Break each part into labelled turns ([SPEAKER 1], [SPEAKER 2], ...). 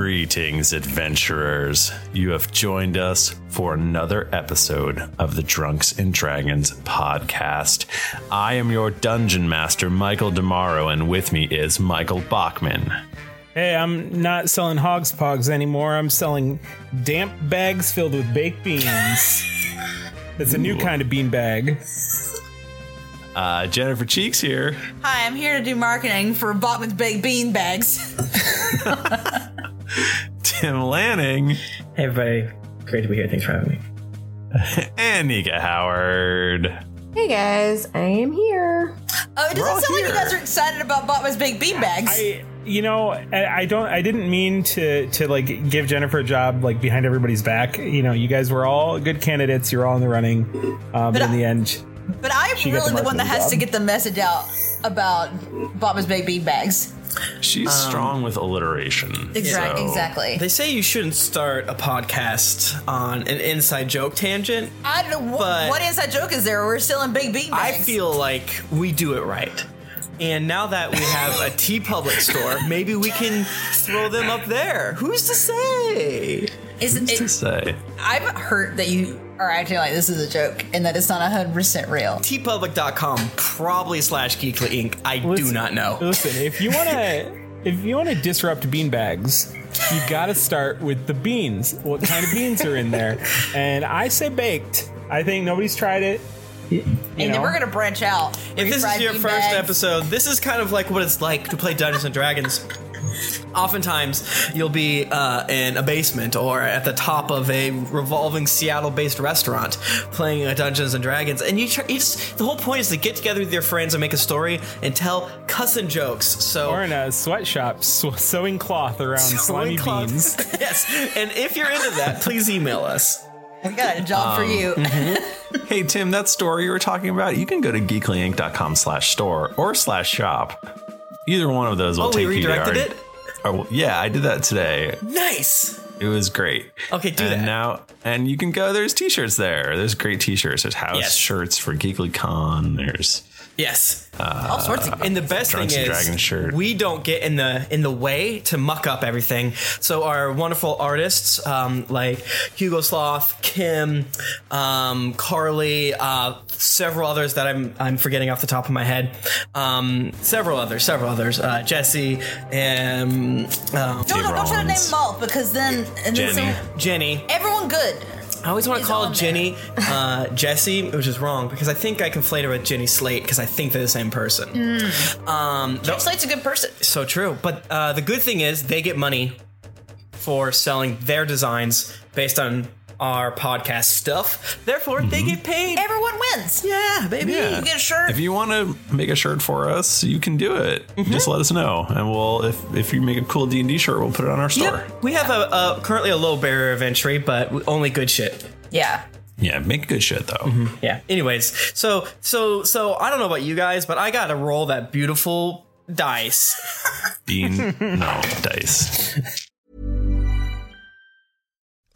[SPEAKER 1] Greetings, adventurers. You have joined us for another episode of the Drunks and Dragons podcast. I am your dungeon master, Michael Damaro, and with me is Michael Bachman.
[SPEAKER 2] Hey, I'm not selling hogs pogs anymore. I'm selling damp bags filled with baked beans. That's a new kind of bean bag.
[SPEAKER 1] Uh, Jennifer Cheeks here.
[SPEAKER 3] Hi, I'm here to do marketing for Bachman's Baked Bean Bags.
[SPEAKER 1] Tim Lanning.
[SPEAKER 4] Hey everybody, great to be here. Thanks for having me.
[SPEAKER 1] And Nika Howard.
[SPEAKER 5] Hey guys, I am here.
[SPEAKER 3] Oh, it
[SPEAKER 1] We're all
[SPEAKER 3] doesn't sound like
[SPEAKER 1] here.
[SPEAKER 3] you guys are excited about Bachman's Baked Bean Bags.
[SPEAKER 2] I, you know, I, I don't. I didn't mean to to like give Jennifer a job like behind everybody's back. You know, you guys were all good candidates. You're all in the running, uh, but in the end,
[SPEAKER 3] but I'm
[SPEAKER 2] got
[SPEAKER 3] really
[SPEAKER 2] the
[SPEAKER 3] the, one that
[SPEAKER 2] marketing
[SPEAKER 3] has to
[SPEAKER 2] job.
[SPEAKER 3] get the message out about Bachman's Baked Bean Bags.
[SPEAKER 1] She's
[SPEAKER 4] Um,
[SPEAKER 1] strong with alliteration.
[SPEAKER 3] Exactly.
[SPEAKER 1] so-
[SPEAKER 3] Exactly.
[SPEAKER 4] They say you shouldn't start a podcast on an inside joke tangent.
[SPEAKER 3] I don't know
[SPEAKER 4] but-
[SPEAKER 3] what, what inside joke is there. We're still in Baked Bean
[SPEAKER 4] I
[SPEAKER 3] Bags.
[SPEAKER 4] feel like we do it right. And now that we have a T Public store, maybe we can throw them up there. Who's to say?
[SPEAKER 3] Is
[SPEAKER 1] What's to
[SPEAKER 3] it,
[SPEAKER 1] say?
[SPEAKER 3] I'm hurt that you are acting like this is a joke and that it's not 100% real.
[SPEAKER 4] tpublic.com probably slash geekly inc i do
[SPEAKER 2] Listen-
[SPEAKER 4] not know
[SPEAKER 2] listen. If you wanna, if you wanna disrupt bean bags, you gotta start with the beans. What kind of beans are in there? And I say baked. I think nobody's tried it. You
[SPEAKER 3] and
[SPEAKER 2] know?
[SPEAKER 3] then we're going to branch out.
[SPEAKER 4] if this is
[SPEAKER 3] Refried
[SPEAKER 4] your
[SPEAKER 3] bean
[SPEAKER 4] first
[SPEAKER 3] bags.
[SPEAKER 4] episode this is kind of like what it's like to play dungeons and dragons oftentimes you'll be uh, in a basement or at the top of a revolving seattle-based restaurant playing a dungeons and dragons and you, try, you just the whole point is to get together with your friends and make a story and tell cussing jokes so
[SPEAKER 2] Or in a sweatshop sew- sewing cloth around slimy
[SPEAKER 4] Cloth-
[SPEAKER 2] beans.
[SPEAKER 4] yes and if you're into that please email us
[SPEAKER 3] We got a job for you.
[SPEAKER 1] Um, mm-hmm. Hey Tim, that store you were talking about, you can go to geeklyinc.com slash store or slash shop. Either one of those will
[SPEAKER 4] Oh, we
[SPEAKER 1] take you to our,
[SPEAKER 4] redirected it?
[SPEAKER 1] our- yeah, I did that today.
[SPEAKER 4] nice
[SPEAKER 1] It was great.
[SPEAKER 4] Okay, do
[SPEAKER 1] and
[SPEAKER 4] that.
[SPEAKER 1] now and you can go there's t-shirts there. There's great t-shirts. There's house
[SPEAKER 4] Yes.
[SPEAKER 1] shirts for GeeklyCon. There's
[SPEAKER 4] yes
[SPEAKER 3] All sorts of
[SPEAKER 4] And the best thing
[SPEAKER 1] Drunks
[SPEAKER 4] is,
[SPEAKER 1] and Dragons Uh, shirt.
[SPEAKER 4] we don't get in the in the way to muck up everything. So our wonderful artists, um, like Hugo Sloth, Kim, um, Carly, uh, several others that I'm I'm forgetting off the top of my head, um, several others, several others, uh, Jesse and um,
[SPEAKER 3] Don't,
[SPEAKER 1] Dave
[SPEAKER 3] no, don't try to name
[SPEAKER 1] Rollins.
[SPEAKER 3] them all because then and then
[SPEAKER 1] Jenny.
[SPEAKER 3] some-
[SPEAKER 4] Jenny.
[SPEAKER 3] everyone good.
[SPEAKER 4] I always want to
[SPEAKER 3] Is
[SPEAKER 4] call
[SPEAKER 3] on
[SPEAKER 4] Jenny uh, Jesse, which is wrong because I think I conflate her with Jenny Slate because I think they're the same person. Um, the-
[SPEAKER 3] Slate's Mm. a good person.
[SPEAKER 4] So true. But uh, the good thing is they get money for selling their designs based on our podcast stuff. Therefore, they
[SPEAKER 3] Mm-hmm.
[SPEAKER 4] get paid.
[SPEAKER 3] Everyone wins.
[SPEAKER 4] yeah, baby.
[SPEAKER 1] yeah.
[SPEAKER 3] You get a shirt.
[SPEAKER 1] If you want to make a shirt for us, you can do it.
[SPEAKER 4] Mm-hmm.
[SPEAKER 1] Just let us know, and we'll if if you make a cool D and D shirt, we'll put it on our store.
[SPEAKER 4] Yep. We have a, a currently a low barrier of entry, but we- only good shit.
[SPEAKER 3] yeah.
[SPEAKER 1] Yeah, make good shit though.
[SPEAKER 4] Yeah. Anyways, so so so I don't know about you guys, but I got to roll that beautiful dice.
[SPEAKER 1] Bean, no dice.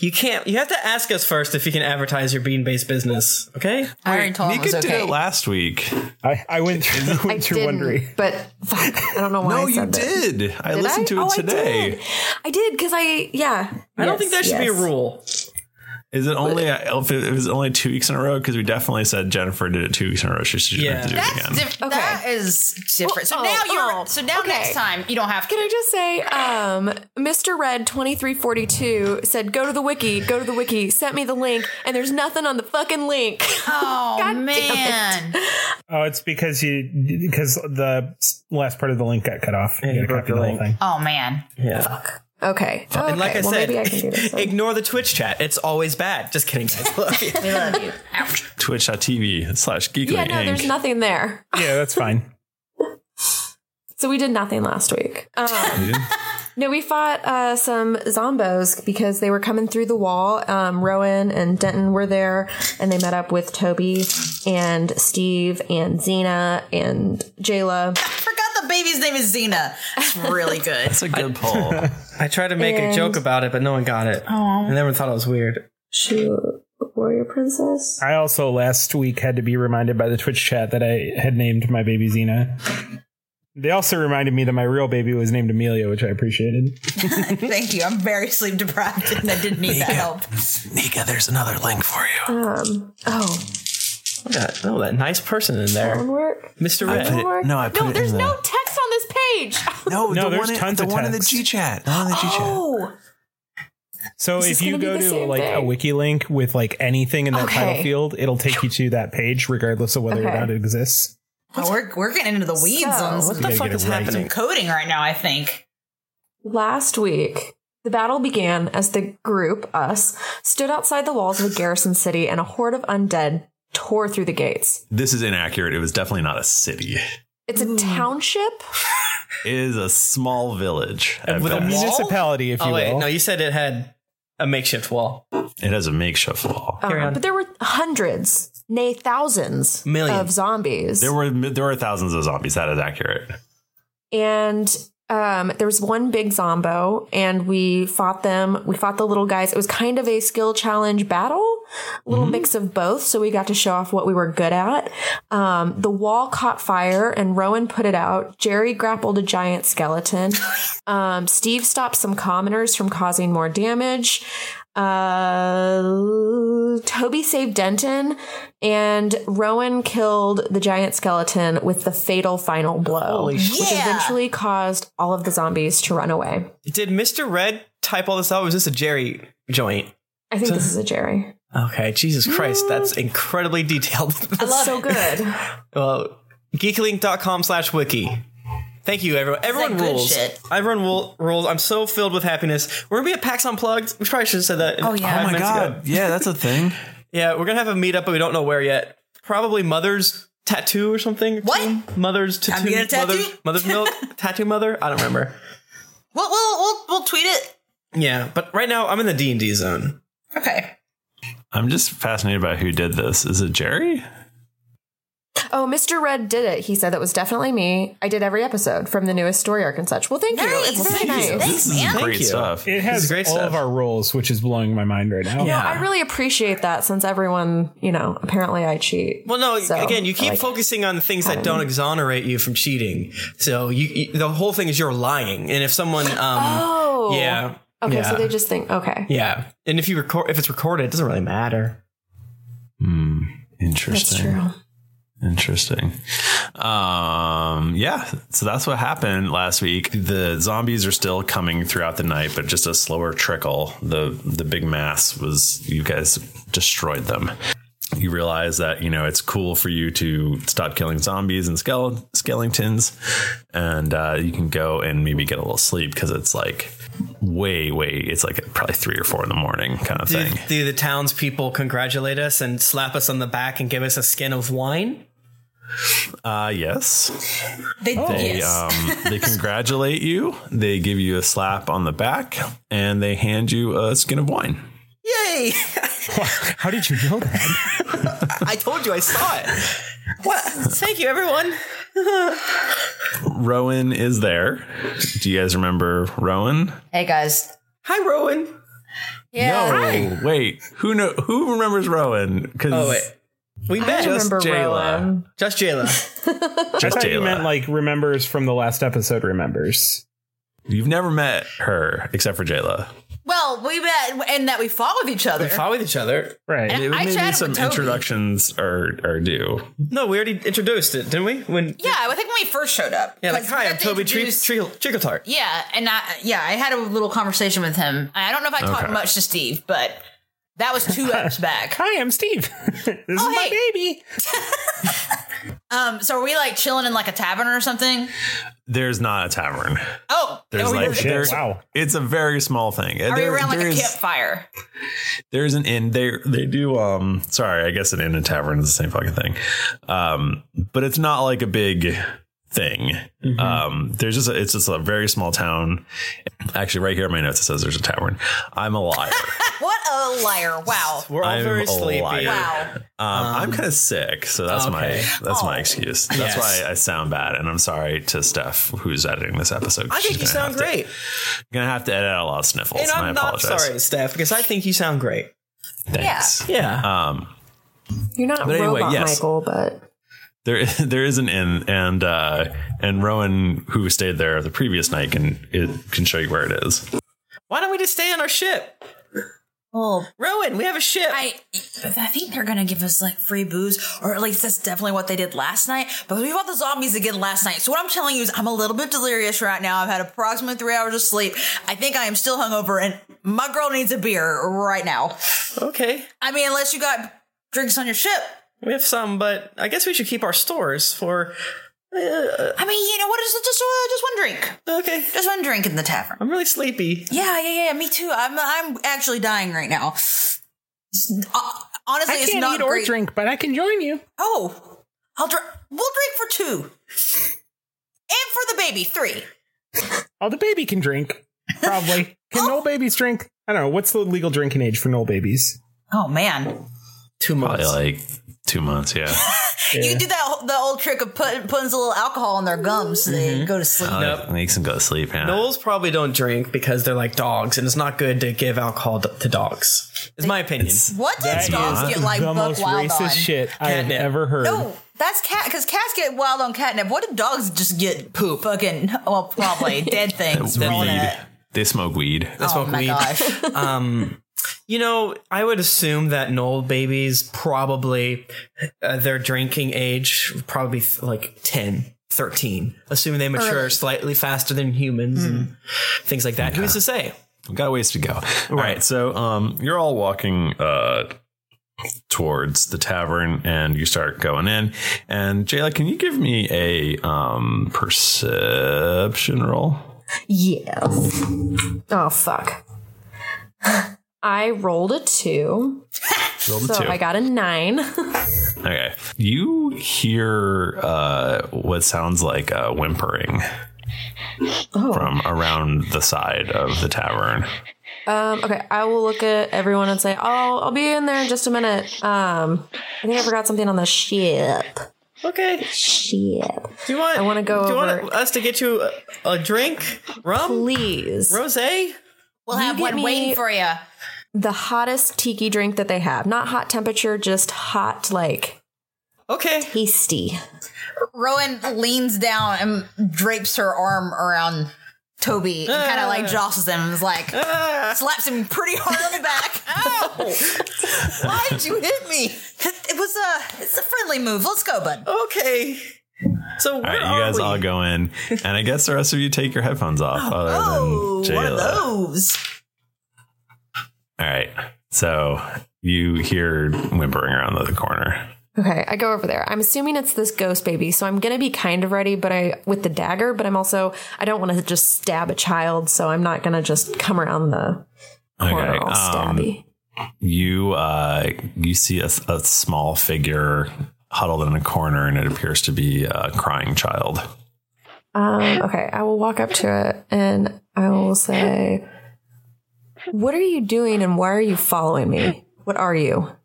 [SPEAKER 4] You can't. You have to ask us first if you can advertise your bean based business. Okay.
[SPEAKER 3] I already told him it
[SPEAKER 1] Nika
[SPEAKER 3] was
[SPEAKER 1] did
[SPEAKER 3] okay.
[SPEAKER 1] it last week.
[SPEAKER 2] I, I went through the
[SPEAKER 5] I
[SPEAKER 2] winter
[SPEAKER 5] didn't,
[SPEAKER 2] wondering.
[SPEAKER 5] but fuck, I don't know why.
[SPEAKER 1] no,
[SPEAKER 5] I
[SPEAKER 1] you
[SPEAKER 5] said that.
[SPEAKER 1] did. I
[SPEAKER 5] Did
[SPEAKER 1] listened to it
[SPEAKER 5] Oh, I
[SPEAKER 1] today.
[SPEAKER 5] did. I did because I yeah.
[SPEAKER 4] I don't think there should be a rule.
[SPEAKER 1] Is it only if it was only two weeks in a row? Because we definitely said Jennifer did it two weeks in a row. She should
[SPEAKER 4] Yeah.
[SPEAKER 1] have to do it
[SPEAKER 3] That's
[SPEAKER 1] again.
[SPEAKER 3] diff-
[SPEAKER 5] Okay.
[SPEAKER 3] That is different. So
[SPEAKER 5] Oh,
[SPEAKER 3] now you're.
[SPEAKER 5] oh,
[SPEAKER 3] so now
[SPEAKER 5] okay.
[SPEAKER 3] next time you don't have to.
[SPEAKER 5] Can I just say, um, Mr. Red twenty three forty two said, "Go to the wiki, go to the wiki." Sent me the link, and there's nothing on the fucking link.
[SPEAKER 3] Oh
[SPEAKER 5] God damn
[SPEAKER 3] man,
[SPEAKER 2] Oh, it's because you because the last part of the link got cut off.
[SPEAKER 4] you
[SPEAKER 2] you gotta
[SPEAKER 4] broke
[SPEAKER 2] copy
[SPEAKER 4] the
[SPEAKER 2] the whole
[SPEAKER 4] link.
[SPEAKER 2] thing.
[SPEAKER 3] oh man.
[SPEAKER 4] Yeah.
[SPEAKER 5] Okay, Oh, okay.
[SPEAKER 4] And like I
[SPEAKER 5] well,
[SPEAKER 4] said,
[SPEAKER 5] maybe I can do this. then.
[SPEAKER 4] ignore the Twitch chat. It's always bad. Just kidding. guys. Love you.
[SPEAKER 3] We love you.
[SPEAKER 1] Twitch.tv slash Geekly
[SPEAKER 5] yeah, no, there's
[SPEAKER 1] Inc.
[SPEAKER 5] nothing there.
[SPEAKER 2] Yeah, that's fine.
[SPEAKER 5] So we did nothing last week. Um,
[SPEAKER 1] didn't?
[SPEAKER 5] no, we fought uh, some zombos because they were coming through the wall. Um, Rowan and Denton were there, and they met up with Toby and Steve and Xena and Jayla.
[SPEAKER 3] I forgot the baby's name is Xena. It's really good.
[SPEAKER 1] That's a good poll.
[SPEAKER 4] I tried to make
[SPEAKER 5] And-
[SPEAKER 4] a joke about it, but no one got it. Oh. And everyone thought it was weird.
[SPEAKER 5] She warrior princess.
[SPEAKER 2] I also last week had to be reminded by the Twitch chat that I had named my baby Xena. They also reminded me that my real baby was named Amelia, which I appreciated.
[SPEAKER 3] Thank you. I'm very sleep deprived and I didn't need that help.
[SPEAKER 1] Nika, there's another link for you.
[SPEAKER 5] Um. Oh,
[SPEAKER 4] Look at that. Oh, that nice person in there.
[SPEAKER 5] homework.
[SPEAKER 4] Mr.
[SPEAKER 1] I put
[SPEAKER 4] Red.
[SPEAKER 1] it, no, I put it
[SPEAKER 5] there's
[SPEAKER 1] in
[SPEAKER 5] no
[SPEAKER 1] the,
[SPEAKER 5] text on this page.
[SPEAKER 1] no,
[SPEAKER 2] No,
[SPEAKER 1] the
[SPEAKER 2] there's
[SPEAKER 1] one, in-
[SPEAKER 2] tons
[SPEAKER 1] the
[SPEAKER 2] of
[SPEAKER 1] one in the
[SPEAKER 2] text.
[SPEAKER 1] G chat. The one in the G chat.
[SPEAKER 5] Oh,
[SPEAKER 2] So
[SPEAKER 5] This
[SPEAKER 2] if
[SPEAKER 5] is
[SPEAKER 2] you
[SPEAKER 5] gonna be
[SPEAKER 2] go
[SPEAKER 5] the
[SPEAKER 2] to
[SPEAKER 5] same
[SPEAKER 2] like a
[SPEAKER 5] thing.
[SPEAKER 2] wiki link with like anything in that
[SPEAKER 5] Okay.
[SPEAKER 2] title field, it'll take you to that page regardless of whether or
[SPEAKER 5] Okay.
[SPEAKER 2] not it exists.
[SPEAKER 3] Oh, we're, we're getting into the weeds
[SPEAKER 5] So,
[SPEAKER 3] on
[SPEAKER 5] what
[SPEAKER 3] some
[SPEAKER 4] What
[SPEAKER 2] You
[SPEAKER 4] the
[SPEAKER 2] gotta
[SPEAKER 4] fuck
[SPEAKER 2] get it
[SPEAKER 4] is
[SPEAKER 2] right.
[SPEAKER 4] happening?
[SPEAKER 3] coding right now, I think.
[SPEAKER 5] Last week, the battle began as the group, us, stood outside the walls of a garrison city and a horde of undead tore through the gates.
[SPEAKER 1] This is inaccurate. It was definitely not a city.
[SPEAKER 5] It's
[SPEAKER 1] Hmm.
[SPEAKER 5] a township.
[SPEAKER 1] It is a small village. at
[SPEAKER 4] with a
[SPEAKER 1] best.
[SPEAKER 4] wall?
[SPEAKER 2] Municipality, if you
[SPEAKER 4] Oh, wait.
[SPEAKER 2] will.
[SPEAKER 4] No, you said it had a makeshift wall.
[SPEAKER 1] It has a makeshift wall.
[SPEAKER 5] Um,
[SPEAKER 4] Carry on.
[SPEAKER 5] but there were hundreds, nay, thousands
[SPEAKER 4] Millions.
[SPEAKER 5] of zombies.
[SPEAKER 1] There were there were thousands of zombies. That is accurate.
[SPEAKER 5] and um, there was one big zombo, and we fought them. We fought the little guys. It was kind of a skill challenge battle, a little mix of both. So we got to show off what we were good at. Um, the wall caught fire, and Rowan put it out. Jerry grappled a giant skeleton. um, Steve stopped some commoners from causing more damage. Uh, Toby saved Denton, and Rowan killed the giant skeleton with the fatal final blow, which
[SPEAKER 3] shit.
[SPEAKER 5] eventually caused all of the zombies to run away.
[SPEAKER 4] Did Mr. Red type all this out? Or was this a Jerry joint?
[SPEAKER 5] I think this is a Jerry.
[SPEAKER 4] Okay, Jesus Christ, that's incredibly detailed.
[SPEAKER 5] Mm. I love so good.
[SPEAKER 4] well, Uh, geeklink.com slash wiki. Thank you, everyone. Everyone
[SPEAKER 3] good
[SPEAKER 4] rules.
[SPEAKER 3] shit.
[SPEAKER 4] Everyone will, rules. I'm so filled with happiness. We're gonna be at PAX Unplugged. We probably should have said that.
[SPEAKER 3] Oh, yeah.
[SPEAKER 4] five
[SPEAKER 3] Oh,
[SPEAKER 4] minutes ago.
[SPEAKER 1] Yeah, that's a thing.
[SPEAKER 4] Yeah, we're gonna have a meetup, but we don't know where yet. Probably mother's tattoo or something.
[SPEAKER 3] What?
[SPEAKER 4] Mother's tattoo.
[SPEAKER 3] Time to get a tattoo?
[SPEAKER 4] Mother's, mother's milk. tattoo mother. I don't remember.
[SPEAKER 3] We'll, we'll, we'll, we'll tweet it.
[SPEAKER 4] Yeah, but right now I'm in the D and D zone.
[SPEAKER 3] Okay.
[SPEAKER 1] I'm just fascinated by who did this. Is it Jerry?
[SPEAKER 5] Oh, Mr. Red did it. He said that was definitely me. I did every episode from the newest story arc and such. Well, thank you. It's very nice.
[SPEAKER 2] It has all of our roles, which is blowing my mind right now.
[SPEAKER 5] Well, I really appreciate that since everyone, you know, apparently I cheat.
[SPEAKER 4] Well, no,
[SPEAKER 5] So,
[SPEAKER 4] again, you
[SPEAKER 5] I
[SPEAKER 4] keep
[SPEAKER 5] like- um,
[SPEAKER 4] focusing on things that don't exonerate you from cheating. So you, you- the whole thing is you're lying. And if someone, um,
[SPEAKER 5] Oh.
[SPEAKER 4] yeah,
[SPEAKER 5] Okay,
[SPEAKER 4] yeah,
[SPEAKER 5] so they just think, okay.
[SPEAKER 4] yeah. And if you record, if it's recorded, it doesn't really matter.
[SPEAKER 1] Hmm. Interesting. Interesting. Um, yeah, so that's what happened last week. The zombies are still coming throughout the night, but just a slower trickle. The the big mass was you guys destroyed them. You realize that you know it's cool for you to stop killing zombies and skele- skeletons, and uh, you can go and maybe get a little sleep because it's like way, way. It's like probably three or four in the morning kind of
[SPEAKER 4] Do,
[SPEAKER 1] thing.
[SPEAKER 4] do the townspeople congratulate us and slap us on the back and give us a skin of wine?
[SPEAKER 1] Uh, yes.
[SPEAKER 3] They,
[SPEAKER 4] Oh.
[SPEAKER 1] They um, they congratulate you. They give you a slap on the back, and they hand you a skin of wine.
[SPEAKER 4] Yay!
[SPEAKER 2] How did you know that?
[SPEAKER 4] I told you I saw it. What? Thank you, everyone.
[SPEAKER 1] Rowan is there. Do you guys remember Rowan?
[SPEAKER 3] Hey guys.
[SPEAKER 4] Hi, Rowan.
[SPEAKER 3] Yeah.
[SPEAKER 1] no, wait. Who know? Who remembers Rowan? Because
[SPEAKER 4] Oh, wait. We
[SPEAKER 1] I
[SPEAKER 4] met
[SPEAKER 1] Just remember Jayla. Rowan.
[SPEAKER 4] Just Jayla.
[SPEAKER 2] I
[SPEAKER 1] Just
[SPEAKER 2] thought you
[SPEAKER 1] Jayla.
[SPEAKER 2] meant like remembers from the last episode. Remembers.
[SPEAKER 1] You've never met her except for Jayla.
[SPEAKER 3] Well, we met and that we fought with each other.
[SPEAKER 4] We fought with each other.
[SPEAKER 2] Right.
[SPEAKER 3] And I
[SPEAKER 1] maybe
[SPEAKER 3] chatted
[SPEAKER 1] some
[SPEAKER 3] with Toby.
[SPEAKER 1] introductions are are due.
[SPEAKER 4] No, we already introduced it, didn't we? When
[SPEAKER 3] Yeah, I think when we first showed up.
[SPEAKER 4] yeah, like
[SPEAKER 3] 'Cause
[SPEAKER 4] hi, I'm
[SPEAKER 3] they
[SPEAKER 4] Toby Tree
[SPEAKER 3] introduced-
[SPEAKER 4] Trickletart.
[SPEAKER 3] Yeah, and I yeah, I had a little conversation with him. I don't know if I talked
[SPEAKER 1] Okay.
[SPEAKER 3] much to Steve, but that was two eps back.
[SPEAKER 2] Hi, I'm Steve. this is
[SPEAKER 3] Oh,
[SPEAKER 2] my
[SPEAKER 3] hey.
[SPEAKER 2] baby.
[SPEAKER 3] Um, so are we like chilling in like a tavern or something?
[SPEAKER 1] There's not a tavern.
[SPEAKER 3] Oh,
[SPEAKER 1] There's
[SPEAKER 3] are we,
[SPEAKER 1] like
[SPEAKER 2] shit.
[SPEAKER 1] there's,
[SPEAKER 2] Wow.
[SPEAKER 1] It's a very small thing.
[SPEAKER 3] are we
[SPEAKER 1] There-
[SPEAKER 3] around like a
[SPEAKER 1] there's-
[SPEAKER 3] campfire?
[SPEAKER 1] there's an inn they they do um sorry i guess an inn and tavern is the same fucking thing um but it's not like a big thing
[SPEAKER 4] Mm-hmm.
[SPEAKER 1] um there's just a, it's just a very small town actually right here in my notes it says there's a tavern i'm a liar
[SPEAKER 3] What a liar! Wow.
[SPEAKER 4] We're all
[SPEAKER 1] I'm
[SPEAKER 4] very
[SPEAKER 1] a
[SPEAKER 4] sleepy.
[SPEAKER 1] liar.
[SPEAKER 3] Wow.
[SPEAKER 1] um, i'm kind of sick so that's
[SPEAKER 4] Okay.
[SPEAKER 1] my that's my excuse that's
[SPEAKER 4] Yes.
[SPEAKER 1] why i sound bad and i'm sorry to steph who's editing this episode
[SPEAKER 4] I
[SPEAKER 1] She's
[SPEAKER 4] think you
[SPEAKER 1] gonna
[SPEAKER 4] sound
[SPEAKER 1] have to-
[SPEAKER 4] great,
[SPEAKER 1] gonna have to edit out a lot of sniffles
[SPEAKER 4] and
[SPEAKER 1] and,
[SPEAKER 4] I'm
[SPEAKER 1] i
[SPEAKER 4] not
[SPEAKER 1] apologize
[SPEAKER 4] sorry, Steph, because I think you sound great.
[SPEAKER 1] thanks
[SPEAKER 4] Yeah.
[SPEAKER 1] um
[SPEAKER 5] You're not
[SPEAKER 1] But anyway,
[SPEAKER 5] robot
[SPEAKER 1] yes.
[SPEAKER 5] Michael, but
[SPEAKER 1] there there is an inn and uh and rowan who stayed there the previous night can it can show you where it is
[SPEAKER 4] Why don't we just stay on our ship,
[SPEAKER 3] Oh,
[SPEAKER 4] Rowan? We have a ship.
[SPEAKER 3] I I think they're gonna give us like free booze, or at least that's definitely what they did last night. But we fought the zombies again last night. So what I'm telling you is I'm a little bit delirious right now. I've had approximately three hours of sleep. I think I am still hungover, and my girl needs a beer right now.
[SPEAKER 4] okay,
[SPEAKER 3] I mean, unless you got drinks on your ship.
[SPEAKER 4] we have some, but I guess we should keep our stores for.
[SPEAKER 3] I mean, you know what? Just just uh, just one drink,
[SPEAKER 4] Okay,
[SPEAKER 3] just one drink in the tavern.
[SPEAKER 4] I'm really sleepy.
[SPEAKER 3] Yeah, yeah, yeah. Me too. I'm I'm actually dying right now. It's- uh, honestly,
[SPEAKER 2] I
[SPEAKER 3] it's
[SPEAKER 2] can't
[SPEAKER 3] not
[SPEAKER 2] eat or
[SPEAKER 3] great.
[SPEAKER 2] drink, but I can join you.
[SPEAKER 3] Oh, I'll drink. We'll drink for two, and for the baby three.
[SPEAKER 2] Oh, the baby can drink. Probably. Can no babies drink? I don't know. What's the legal drinking age for no babies?
[SPEAKER 3] Oh man,
[SPEAKER 4] Two months.
[SPEAKER 1] probably like two months yeah
[SPEAKER 3] you do that the old trick of putting putting a little alcohol in their gums so they go to sleep.
[SPEAKER 1] Like, Uh, makes him go to sleep yeah
[SPEAKER 4] Noles probably don't drink because they're like dogs, and it's not good to give alcohol to, to dogs. Is my opinion.
[SPEAKER 3] What does dogs get like
[SPEAKER 2] the
[SPEAKER 3] buck
[SPEAKER 2] most
[SPEAKER 3] wild
[SPEAKER 2] racist
[SPEAKER 3] on?
[SPEAKER 2] shit I've
[SPEAKER 4] Catnip.
[SPEAKER 2] ever heard.
[SPEAKER 3] No, that's cat because cats get wild on catnip. What do dogs just get poop? Fucking well, probably dead things rolling in
[SPEAKER 1] weed
[SPEAKER 3] it.
[SPEAKER 1] they smoke weed
[SPEAKER 3] Oh my
[SPEAKER 4] weed. Um,
[SPEAKER 3] gosh.
[SPEAKER 4] You know, I would assume that Noel babies probably uh, their drinking age probably th- like 10, 13. Assuming they mature slightly faster than humans
[SPEAKER 5] Mm.
[SPEAKER 4] and things like that. Who's to say?
[SPEAKER 1] We've got a ways to go. All right, so um, you're all walking uh, towards the tavern, and you start going in. And Jayla, can you give me a um, perception roll?
[SPEAKER 5] yes. Oh fuck. I rolled a two,
[SPEAKER 1] Roll the
[SPEAKER 5] so
[SPEAKER 1] two.
[SPEAKER 5] I got a nine.
[SPEAKER 1] Okay. You hear uh, what sounds like a whimpering from around the side of the tavern.
[SPEAKER 5] Um, okay, I will look at everyone and say, "Oh, I'll be in there in just a minute." Um, I think I forgot something on the ship.
[SPEAKER 4] Okay.
[SPEAKER 5] Shit.
[SPEAKER 4] Do you want?
[SPEAKER 5] I want to go
[SPEAKER 4] Do you
[SPEAKER 5] over.
[SPEAKER 4] want us to get you a, a drink? Rum?
[SPEAKER 5] Please.
[SPEAKER 4] Rosé?
[SPEAKER 3] We'll
[SPEAKER 5] You
[SPEAKER 3] have
[SPEAKER 5] get
[SPEAKER 3] one
[SPEAKER 5] me-
[SPEAKER 3] waiting for you.
[SPEAKER 5] the hottest tiki drink that they have. Not hot temperature, just hot, like
[SPEAKER 4] okay,
[SPEAKER 5] tasty.
[SPEAKER 3] Rowan leans down and drapes her arm around Toby and kind of like jostles him and is like, slaps him pretty hard on the back. Ow! Why'd you hit me? It was a, it's a friendly move. Let's go, bud.
[SPEAKER 4] Okay. So
[SPEAKER 1] All right, you guys all go in, and I guess the rest of you take your headphones off. Other
[SPEAKER 3] Oh,
[SPEAKER 1] than
[SPEAKER 3] one of
[SPEAKER 1] Jayla.
[SPEAKER 3] those.
[SPEAKER 1] All right, so you hear whimpering around the corner.
[SPEAKER 5] Okay, I go over there. I'm assuming it's this ghost baby, so I'm gonna be kind of ready, but I with the dagger. But I'm also I don't want to just stab a child, so I'm not gonna just come around the corner all
[SPEAKER 1] um,
[SPEAKER 5] stabby.
[SPEAKER 1] you uh, you see a, a small figure huddled in a corner, and it appears to be a crying child.
[SPEAKER 5] Um, okay, I will walk up to it and I will say, "What are you doing, and why are you following me? What are you?"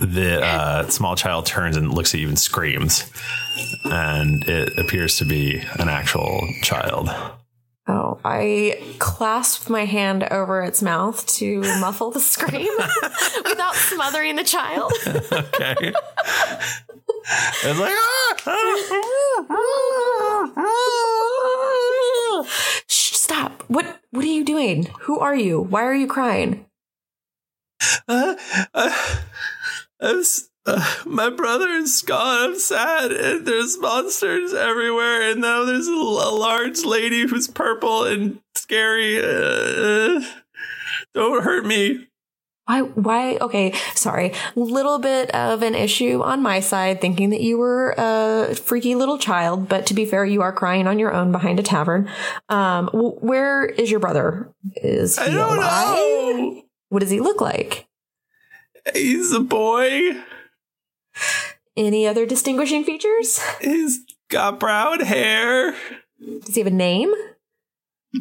[SPEAKER 1] The uh, small child turns and looks at you and screams, and it appears to be an actual child.
[SPEAKER 5] Oh, I clasp my hand over its mouth to muffle the scream without smothering the child.
[SPEAKER 1] okay. It's like, "Ah, ah,
[SPEAKER 5] Shh, stop. What what are you doing? Who are you? Why are you crying?
[SPEAKER 1] Uh, uh, I'm, s- uh, my brother is gone. I'm sad. And there's monsters everywhere. And now there's a, l- a large lady who's purple and scary. Uh, uh, don't hurt me.
[SPEAKER 5] Why why okay, sorry. Little bit of an issue on my side thinking that you were a freaky little child, but to be fair, you are crying on your own behind a tavern. Um wh- where is your brother? Is he
[SPEAKER 1] I don't
[SPEAKER 5] alive?
[SPEAKER 1] know.
[SPEAKER 5] What does he look like?
[SPEAKER 1] He's a boy.
[SPEAKER 5] Any other distinguishing features?
[SPEAKER 1] He's got brown hair.
[SPEAKER 5] Does he have a name?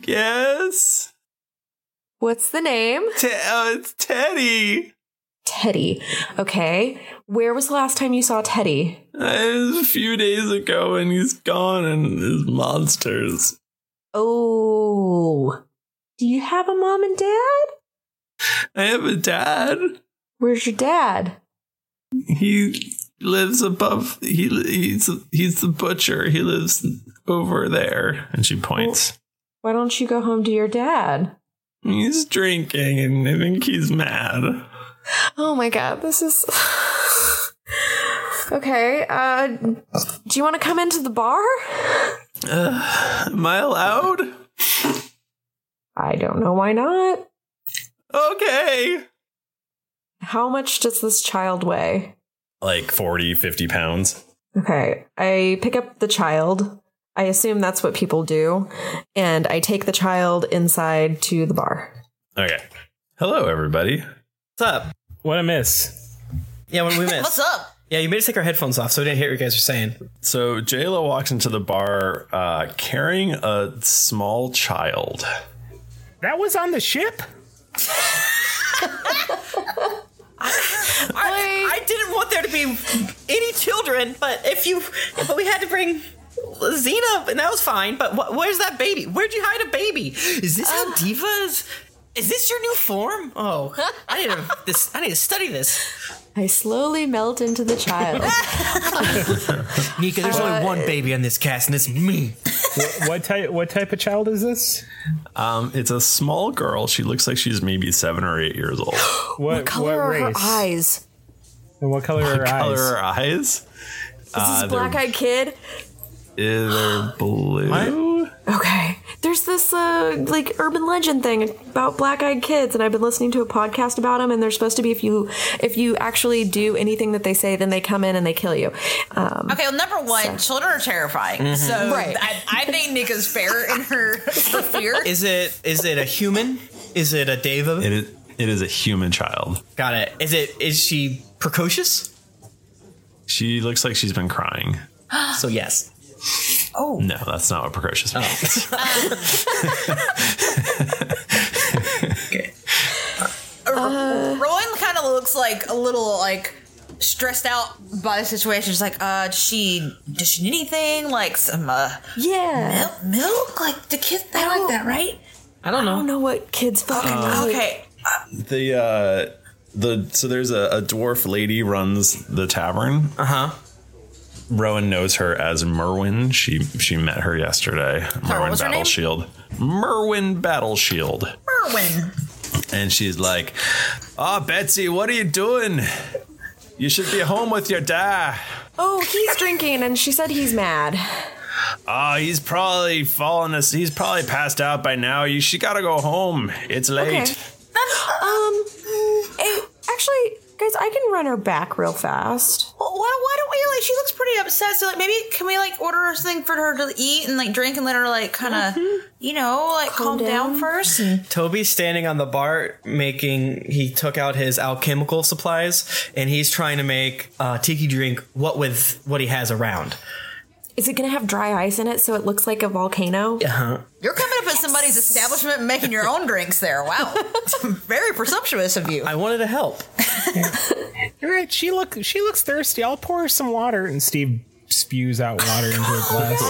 [SPEAKER 1] Yes.
[SPEAKER 5] What's the name?
[SPEAKER 1] Te- uh, it's Teddy.
[SPEAKER 5] Teddy. Okay. Where was the last time you saw Teddy?
[SPEAKER 1] Uh, It was a few days ago, and he's gone, and his monsters.
[SPEAKER 5] Oh. Do you have a mom and dad?
[SPEAKER 1] I have a dad.
[SPEAKER 5] Where's your dad?
[SPEAKER 1] He lives above. He he's he's the butcher. He lives over there. And she points.
[SPEAKER 5] Why don't you go home to your dad?
[SPEAKER 1] He's drinking, and I think he's mad.
[SPEAKER 5] Oh my god, this is Okay. Uh do you want to come into the bar?
[SPEAKER 1] Uh, am I allowed?
[SPEAKER 5] I don't know why not.
[SPEAKER 1] Okay.
[SPEAKER 5] How much does this child weigh?
[SPEAKER 1] Like 40, 50 pounds.
[SPEAKER 5] Okay. I pick up the child. I assume that's what people do. And I take the child inside to the bar.
[SPEAKER 1] Okay. Hello, everybody.
[SPEAKER 4] What's up?
[SPEAKER 2] What a miss.
[SPEAKER 4] Yeah, what did we miss?
[SPEAKER 3] What's up?
[SPEAKER 4] Yeah, you made us take our headphones off, so we didn't hear what you guys were saying.
[SPEAKER 1] So Jayla walks into the bar uh, carrying a small child.
[SPEAKER 2] That was on the ship?
[SPEAKER 4] I, I didn't want there to be any children, but if you, but we had to bring Xena, and that was fine. But wh- where's that baby? Where'd you hide a baby? Is this how divas? Is this your new form? Oh, I need to this. I need to study this.
[SPEAKER 5] I slowly melt into the child.
[SPEAKER 4] Nika, there's only one baby on this cast, and it's me.
[SPEAKER 2] What, what type what type of child is this?
[SPEAKER 1] Um, it's a small girl. She looks like she's maybe seven or eight years old.
[SPEAKER 2] What,
[SPEAKER 5] color are her
[SPEAKER 2] race?
[SPEAKER 5] eyes?
[SPEAKER 2] And what color are her
[SPEAKER 1] Color
[SPEAKER 2] eyes?
[SPEAKER 1] her eyes Uh,
[SPEAKER 5] Is this black eyed kid?
[SPEAKER 1] is they're blue.
[SPEAKER 5] Okay. There's this uh, like urban legend thing about black eyed kids, and I've been listening to a podcast about them. And they're supposed to be if you if you actually do anything that they say, then they come in and they kill you. Um,
[SPEAKER 3] Okay, well, number one, children are terrifying.
[SPEAKER 1] Mm-hmm.
[SPEAKER 3] So
[SPEAKER 5] Right.
[SPEAKER 3] I, I think Nika's fair in her, her fear.
[SPEAKER 4] Is it? Is it a human? Is it a diva?
[SPEAKER 1] It is, it is a human child.
[SPEAKER 4] Got it. Is it? Is she precocious?
[SPEAKER 1] She looks like she's been crying.
[SPEAKER 4] So yes.
[SPEAKER 1] No, that's not what precocious means.
[SPEAKER 5] Uh,
[SPEAKER 3] Rowan kind of looks like a little like stressed out by the situation. She's like, uh, does she does she need anything? Like some uh
[SPEAKER 5] Yeah.
[SPEAKER 3] milk, milk? Like the kids they like that, right? Uh,
[SPEAKER 4] I don't know.
[SPEAKER 5] I don't know what kids fucking
[SPEAKER 1] Um,
[SPEAKER 5] like.
[SPEAKER 3] Okay.
[SPEAKER 1] the uh the so there's a, a dwarf lady runs the tavern. Uh huh. Rowan knows her as Merwin. She she met her yesterday. Merwin
[SPEAKER 3] was her name?
[SPEAKER 1] Battleshield. Merwin Battleshield.
[SPEAKER 3] Merwin.
[SPEAKER 1] And she's like, "Ah, Betsy, what are you doing? You should be home with your dad.
[SPEAKER 5] Oh, he's drinking, and she said he's mad.
[SPEAKER 1] Ah, he's probably fallen. As- he's probably passed out by now. You she gotta go home. It's late."
[SPEAKER 5] Okay. um, eh, actually, guys, I can run her back real fast.
[SPEAKER 3] Well, why, why don't we like? She looks pretty upset. So like, maybe can we like order something for her to eat and like drink and let her like kind of
[SPEAKER 5] Mm-hmm.
[SPEAKER 3] you know like calm, down. first.
[SPEAKER 2] Mm-hmm.
[SPEAKER 4] Toby's standing on the bar making. He took out his alchemical supplies and he's trying to make uh, tiki drink. What with what he has around.
[SPEAKER 5] Is it gonna have dry ice in it so it looks like a volcano?
[SPEAKER 4] Uh huh.
[SPEAKER 3] You're coming up at somebody's establishment and making your own drinks there. Wow, very presumptuous of you.
[SPEAKER 4] I wanted to help.
[SPEAKER 2] All right, she look she looks thirsty. I'll pour her some water, and Steve spews out water into a glass.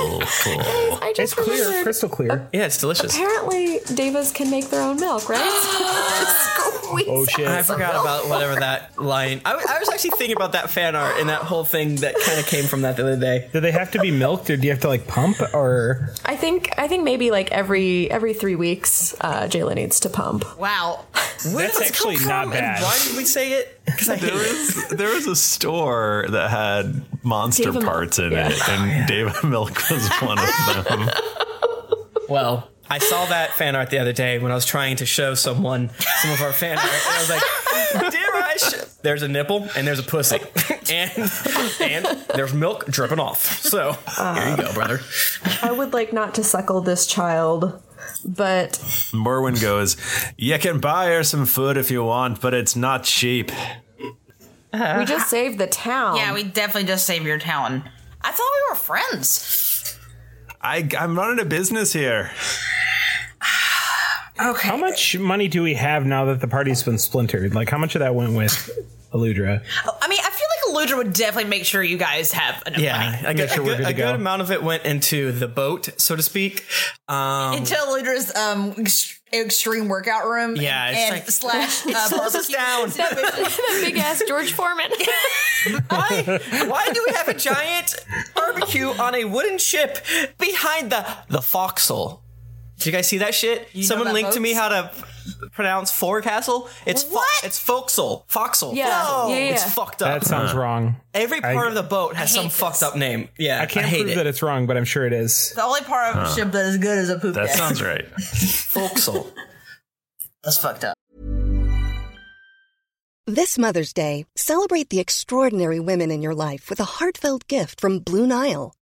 [SPEAKER 5] I
[SPEAKER 2] It's
[SPEAKER 5] just
[SPEAKER 2] clear,
[SPEAKER 5] remembered-
[SPEAKER 2] crystal clear.
[SPEAKER 4] Yeah, it's delicious.
[SPEAKER 5] Apparently, Devas can make their own milk, right?
[SPEAKER 2] Oh shit!
[SPEAKER 4] I forgot about whatever that line. I, wa- I was actually thinking about that fan art and that whole thing that kind of came from that the other day.
[SPEAKER 2] Do they have to be milked, or do you have to like pump? Or
[SPEAKER 5] I think I think maybe like every every three weeks, uh, Jayla needs to pump.
[SPEAKER 3] Wow,
[SPEAKER 4] Where
[SPEAKER 2] That's
[SPEAKER 4] did this come
[SPEAKER 2] actually not
[SPEAKER 4] from
[SPEAKER 2] bad.
[SPEAKER 4] And why did we say it? Because I hate
[SPEAKER 1] there
[SPEAKER 4] it.
[SPEAKER 1] was there was a store that had monster
[SPEAKER 5] Dave and
[SPEAKER 1] parts in
[SPEAKER 5] Milk, yeah.
[SPEAKER 1] it, and Dave Milk was one of them.
[SPEAKER 4] Well, I saw that fan art the other day when I was trying to show someone some of our fan art, and I was like, "Dear, I sh-. there's a nipple and there's a pussy, and and there's milk dripping off." So uh, here you go, brother.
[SPEAKER 5] Uh, I would like not to suckle this child, but
[SPEAKER 1] Merwin goes, "You can buy her some food if you want, but it's not cheap."
[SPEAKER 5] we just saved the town.
[SPEAKER 3] yeah, we definitely just saved your town. I thought we were friends.
[SPEAKER 1] I, I'm running a business here.
[SPEAKER 3] Okay,
[SPEAKER 2] how much money do we have now that the party's been splintered? Like how much of that went with Aludra?
[SPEAKER 3] I mean, I feel like Aludra would definitely make sure you guys have enough money.
[SPEAKER 4] Yeah, a good,
[SPEAKER 2] sure
[SPEAKER 4] a
[SPEAKER 2] we're
[SPEAKER 4] good-
[SPEAKER 2] good to
[SPEAKER 4] a
[SPEAKER 2] go.
[SPEAKER 4] good amount of it went into the boat, so to speak. Um,
[SPEAKER 3] Until Ludra's um ex- extreme workout room.
[SPEAKER 4] Yeah, it's
[SPEAKER 3] and
[SPEAKER 4] like-
[SPEAKER 3] slash uh,
[SPEAKER 4] slows us
[SPEAKER 3] barbecue
[SPEAKER 4] down.
[SPEAKER 3] exhibit.
[SPEAKER 5] big ass George Foreman.
[SPEAKER 4] why, why do we have a giant barbecue on a wooden ship behind the the foxhole? Did you guys see that shit? Someone
[SPEAKER 3] about
[SPEAKER 4] linked to me
[SPEAKER 3] boats?
[SPEAKER 4] how to pronounce forecastle. It's fo-
[SPEAKER 3] What?
[SPEAKER 4] it's foxhole. Foxhole.
[SPEAKER 5] Yeah.
[SPEAKER 4] No,
[SPEAKER 5] Yeah, yeah,
[SPEAKER 4] It's
[SPEAKER 5] yeah.
[SPEAKER 4] fucked up.
[SPEAKER 2] That sounds wrong.
[SPEAKER 4] Every part
[SPEAKER 2] I-
[SPEAKER 4] of the boat has some fucked up name. Yeah,
[SPEAKER 2] I can't
[SPEAKER 4] hate
[SPEAKER 2] prove
[SPEAKER 4] it.
[SPEAKER 2] that it's wrong, but I'm sure it is.
[SPEAKER 3] the only part of the ship that is good is a poop.
[SPEAKER 1] That
[SPEAKER 3] deck.
[SPEAKER 1] sounds right.
[SPEAKER 4] foxhole.
[SPEAKER 3] That's fucked up.
[SPEAKER 6] This Mother's Day, celebrate the extraordinary women in your life with a heartfelt gift from Blue Nile.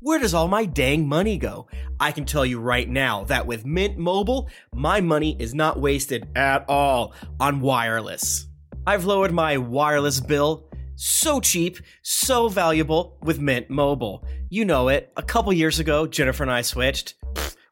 [SPEAKER 4] where does all my dang money go? I can tell you right now that with Mint Mobile, my money is not wasted at all on wireless. I've lowered my wireless bill so cheap, so valuable with Mint Mobile. You know it. A couple years ago, Jennifer and I switched. Pfft,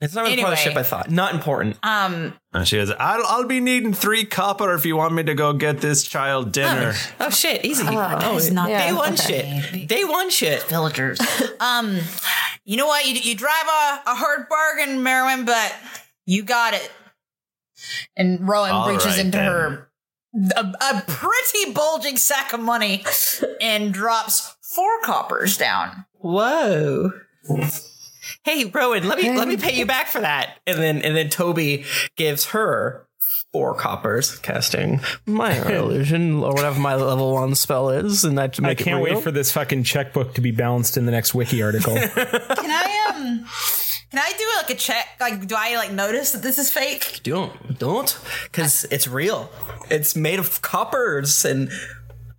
[SPEAKER 4] It's not
[SPEAKER 3] Anyway.
[SPEAKER 4] partnership, I thought. Not important.
[SPEAKER 3] Um,
[SPEAKER 1] And she goes, I'll, I'll be needing three copper if you want me to go get this child dinner.
[SPEAKER 4] Oh shit, easy.
[SPEAKER 3] that is not
[SPEAKER 4] day
[SPEAKER 3] good.
[SPEAKER 4] one
[SPEAKER 3] Okay.
[SPEAKER 4] shit. Day one shit.
[SPEAKER 3] Villagers. um, you know what? You, you drive a, a hard bargain, Merwin, but you got it. And Rowan
[SPEAKER 7] All
[SPEAKER 3] reaches
[SPEAKER 7] right,
[SPEAKER 3] into
[SPEAKER 7] then.
[SPEAKER 3] her a, a pretty bulging sack of money and drops four coppers down.
[SPEAKER 4] Whoa. Hey Rowan, let me let me pay you back for that. And then and then Toby gives her four coppers casting minor illusion or whatever my level one spell is, and I to
[SPEAKER 8] I
[SPEAKER 4] make
[SPEAKER 8] can't
[SPEAKER 4] it real.
[SPEAKER 8] wait for this fucking checkbook to be balanced in the next wiki article.
[SPEAKER 3] Can I um? Can I do like a check? Like, do I like notice that this is fake?
[SPEAKER 4] Don't don't, because it's real. It's made of coppers, and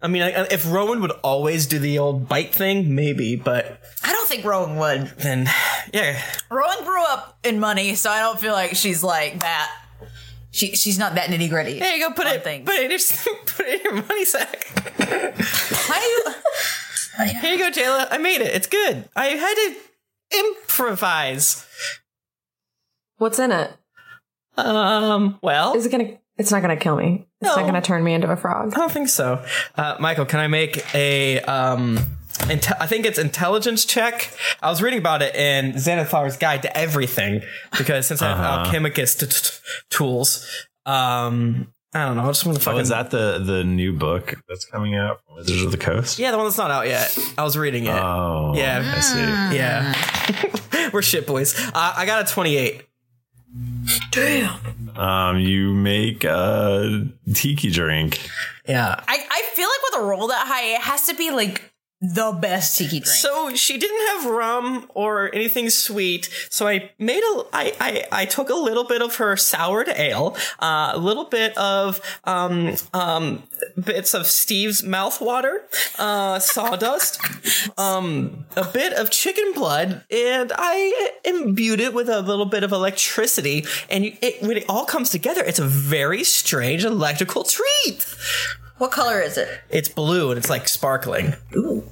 [SPEAKER 4] I mean, I, if Rowan would always do the old bite thing, maybe. But
[SPEAKER 3] I don't think Rowan would.
[SPEAKER 4] Then yeah,
[SPEAKER 3] Rowan grew up in money, so I don't feel like she's like that. She she's not that nitty gritty. There
[SPEAKER 4] you go. Put
[SPEAKER 3] it. Things.
[SPEAKER 4] Put it. In your, put it in your money sack. here you go, Jayla. I made it. It's good. I had to improvise.
[SPEAKER 5] What's in it?
[SPEAKER 4] Um. Well,
[SPEAKER 5] is it gonna? It's not gonna kill me. It's not
[SPEAKER 4] No.
[SPEAKER 5] gonna turn me into a frog.
[SPEAKER 4] I don't think so. Uh, Michael, can I make a um? Inte- I think it's intelligence check. I was reading about it in Xanathar's Guide to Everything because since I have
[SPEAKER 1] Uh-huh.
[SPEAKER 4] alchemicus t- t- tools, um, I don't know. I just want to
[SPEAKER 1] Oh,
[SPEAKER 4] fucking.
[SPEAKER 1] is that the, the new book that's coming out from Wizards of the Coast?
[SPEAKER 4] Yeah, the one that's not out yet. I was reading it.
[SPEAKER 1] Oh,
[SPEAKER 4] yeah,
[SPEAKER 1] I see.
[SPEAKER 4] Yeah, we're shit boys. Uh, I got a twenty-eight.
[SPEAKER 3] Damn.
[SPEAKER 1] Um, you make a tiki drink.
[SPEAKER 4] Yeah.
[SPEAKER 3] I, I feel like with to roll that high, it has to be like the best tiki drink.
[SPEAKER 4] So she didn't have rum or anything sweet. So I made a, I, I, I took a little bit of her soured ale, uh, a little bit of, um, um, bits of Steve's mouthwater, uh, sawdust, um, a bit of chicken blood, and I imbued it with a little bit of electricity. And you, it, when it all comes together, it's a very strange electrical treat.
[SPEAKER 3] What color is it?
[SPEAKER 4] It's blue and it's like sparkling. Ooh.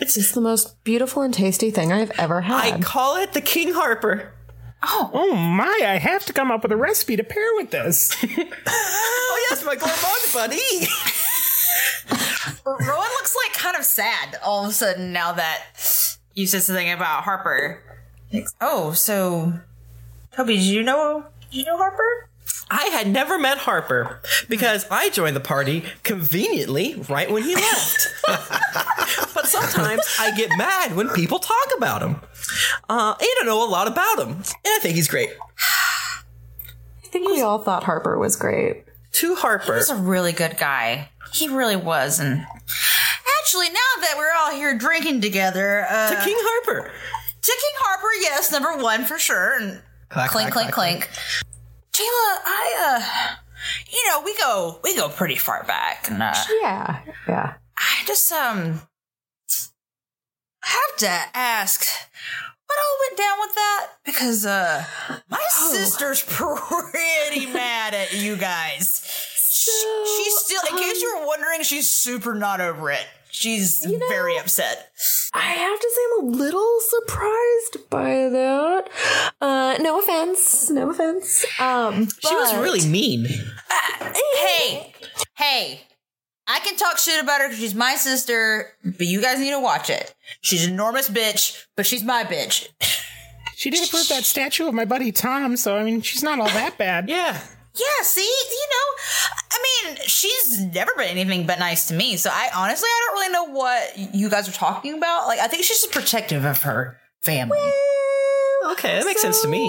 [SPEAKER 5] It's just the most beautiful and tasty thing I've ever had.
[SPEAKER 4] I call it the King Harper.
[SPEAKER 3] Oh.
[SPEAKER 2] oh my, I have to come up with a recipe to pair with this.
[SPEAKER 4] oh yes, my gourmand buddy.
[SPEAKER 3] Rowan looks like kind of sad all of a sudden now that you said something about Harper. Thanks. Oh, so Toby, did you know did you know Harper?
[SPEAKER 4] I had never met Harper because I joined the party conveniently right when he left. but sometimes I get mad when people talk about him. Uh, and I know a lot about him, and I think he's great.
[SPEAKER 5] I think we all thought Harper was great.
[SPEAKER 4] To Harper.
[SPEAKER 3] He was a really good guy. He really was. And actually, now that we're all here drinking together, uh,
[SPEAKER 4] to King Harper.
[SPEAKER 3] To King Harper, yes, number one for sure. And
[SPEAKER 4] Clack,
[SPEAKER 3] clink,
[SPEAKER 4] clack,
[SPEAKER 3] clink, clink. Jayla, I, uh, you know, we go, we go pretty far back. And, uh,
[SPEAKER 5] yeah, yeah.
[SPEAKER 3] I just, um, have to ask what all went down with that? Because, uh, my
[SPEAKER 5] Oh.
[SPEAKER 3] sister's pretty mad at you guys. She- she's still, in
[SPEAKER 5] um,
[SPEAKER 3] case you were wondering, she's super not over it. She's very upset.
[SPEAKER 5] I have to say I'm a little surprised by that. Uh, no offense, no offense. Um,
[SPEAKER 4] She was
[SPEAKER 5] but-
[SPEAKER 4] really mean.
[SPEAKER 3] hey, hey, I can talk shit about her because she's my sister, but you guys need to watch it. She's an enormous bitch, but she's my bitch.
[SPEAKER 2] She did approve that statue of my buddy Tom, so I mean, she's not all that bad.
[SPEAKER 4] yeah.
[SPEAKER 3] Yeah, see, you know, I mean, she's never been anything but nice to me. So I honestly, I don't really know what you guys are talking about. Like, I think she's just protective of her family.
[SPEAKER 4] Okay, that makes sense to me.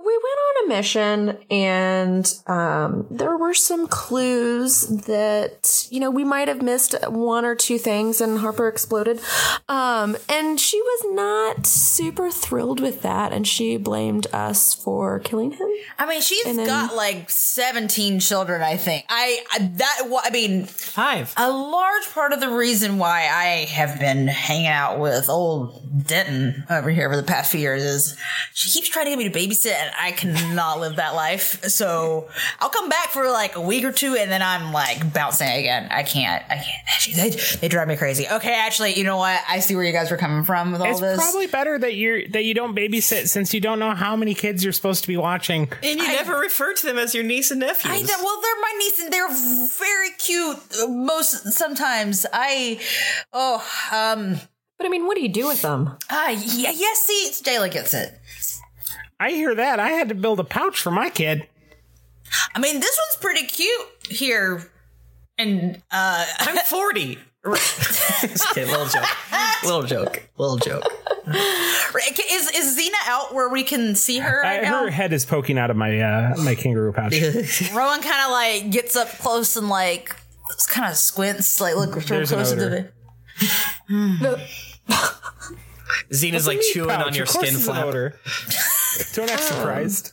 [SPEAKER 5] we went on a mission and um, there were some clues that you know we might have missed one or two things and harper exploded um, and she was not super thrilled with that and she blamed us for killing him
[SPEAKER 3] I mean, she's
[SPEAKER 5] And then-
[SPEAKER 3] got like 17 children, I think. I, I that wa- I mean,
[SPEAKER 4] five.
[SPEAKER 3] A large part of the reason why I have been hanging out with old Denton over here for the past few years is she keeps trying to get me to babysit and I cannot live that life. So, I'll come back for like a week or two and then I'm like bouncing again. I can't. I can't. She- They, they drive me crazy. Okay, actually, you know what? I see where you guys were coming from with all
[SPEAKER 2] It's
[SPEAKER 3] this.
[SPEAKER 2] probably better that you're that you don't babysit since you don't know how many kids you're supposed to be watching.
[SPEAKER 4] And you never refer to them as your niece and nephews.
[SPEAKER 3] I know. Well, they're my niece, and they're very cute. uh, Most sometimes, I, oh, um.
[SPEAKER 5] But I mean, what do you do with them?
[SPEAKER 3] Ah, yeah, yes. See, Jayla gets it.
[SPEAKER 2] I hear that. I had to build a pouch for my kid.
[SPEAKER 3] I mean, this one's pretty cute here, and uh,
[SPEAKER 4] I'm forty. Just kidding, little joke. Little joke. Little joke.
[SPEAKER 3] Is is Xena out where we can see her
[SPEAKER 2] I,
[SPEAKER 3] right
[SPEAKER 2] her head is poking out of my uh, my kangaroo pouch.
[SPEAKER 3] now? Rowan kind of like gets up close and like kind of squints, like look real
[SPEAKER 2] There's an
[SPEAKER 3] close to
[SPEAKER 2] odor.
[SPEAKER 3] the.
[SPEAKER 4] Xena's like chewing on your skin flap.
[SPEAKER 2] Don't act surprised.
[SPEAKER 5] Um,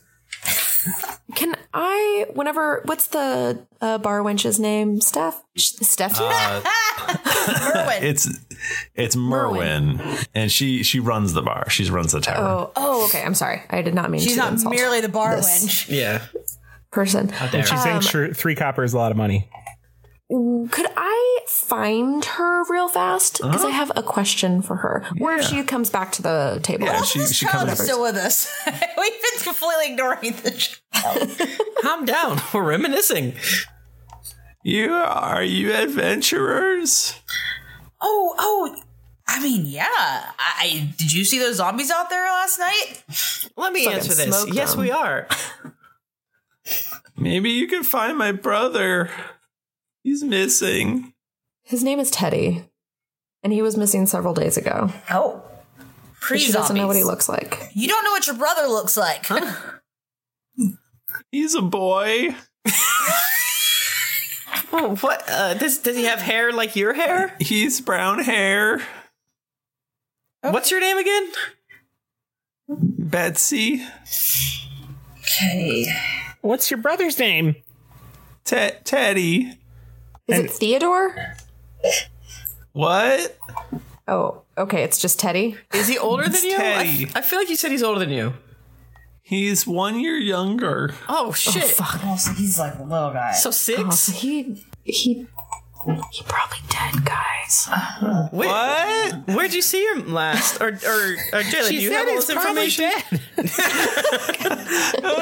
[SPEAKER 5] can i whenever what's the uh, bar wench's name steph Sh- steph
[SPEAKER 1] Uh,
[SPEAKER 3] Merwin.
[SPEAKER 1] it's it's Merwin, and she she runs the bar. She runs the tower.
[SPEAKER 5] oh oh okay i'm sorry i did not mean
[SPEAKER 3] She's
[SPEAKER 5] to
[SPEAKER 3] not
[SPEAKER 5] insult
[SPEAKER 3] merely the bar
[SPEAKER 5] this
[SPEAKER 3] wench.
[SPEAKER 4] Yeah.
[SPEAKER 5] person Um,
[SPEAKER 2] And she's saying
[SPEAKER 3] Um,
[SPEAKER 2] thr- three copper is a lot of money.
[SPEAKER 5] Could I find her real fast? Because I have a question for her. Or if she comes back to the table.
[SPEAKER 1] Yeah, she she
[SPEAKER 3] Child is
[SPEAKER 1] comes.
[SPEAKER 3] still with us. We've been completely ignoring the child.
[SPEAKER 4] Calm down. We're reminiscing.
[SPEAKER 1] You are you adventurers?
[SPEAKER 3] Oh, oh. I mean, yeah. I, I did you see those zombies out there last night?
[SPEAKER 4] Let me
[SPEAKER 1] Fucking
[SPEAKER 4] answer this.
[SPEAKER 1] smoke
[SPEAKER 4] Yes,
[SPEAKER 1] them.
[SPEAKER 4] we are.
[SPEAKER 1] Maybe you can find my brother. He's missing.
[SPEAKER 5] His name is Teddy. And he was missing several days ago.
[SPEAKER 3] Oh,
[SPEAKER 5] But she doesn't know what he
[SPEAKER 3] Pre-zombies.
[SPEAKER 5] looks like.
[SPEAKER 3] You don't know what your brother looks like.
[SPEAKER 1] He's a boy.
[SPEAKER 4] Oh, what? Uh, does does he have hair like your hair?
[SPEAKER 1] He's brown hair.
[SPEAKER 4] What's your name again?
[SPEAKER 1] Betsy.
[SPEAKER 2] Okay. What's your brother's name?
[SPEAKER 1] Ted Teddy.
[SPEAKER 5] Is it Theodore?
[SPEAKER 1] What?
[SPEAKER 5] Oh, okay. It's just Teddy.
[SPEAKER 4] Is he older than you? I f- I feel like you said he's older than you.
[SPEAKER 1] He's one year younger.
[SPEAKER 4] Oh shit!
[SPEAKER 3] he's like a little guy.
[SPEAKER 4] So six?
[SPEAKER 5] he he he probably dead, guys.
[SPEAKER 3] Uh-huh.
[SPEAKER 4] Wait, what? Where'd you see him last? Or or, or Jalen,
[SPEAKER 5] She
[SPEAKER 4] do you
[SPEAKER 5] said
[SPEAKER 4] have all
[SPEAKER 5] he's
[SPEAKER 4] this
[SPEAKER 5] probably
[SPEAKER 4] information?
[SPEAKER 5] no,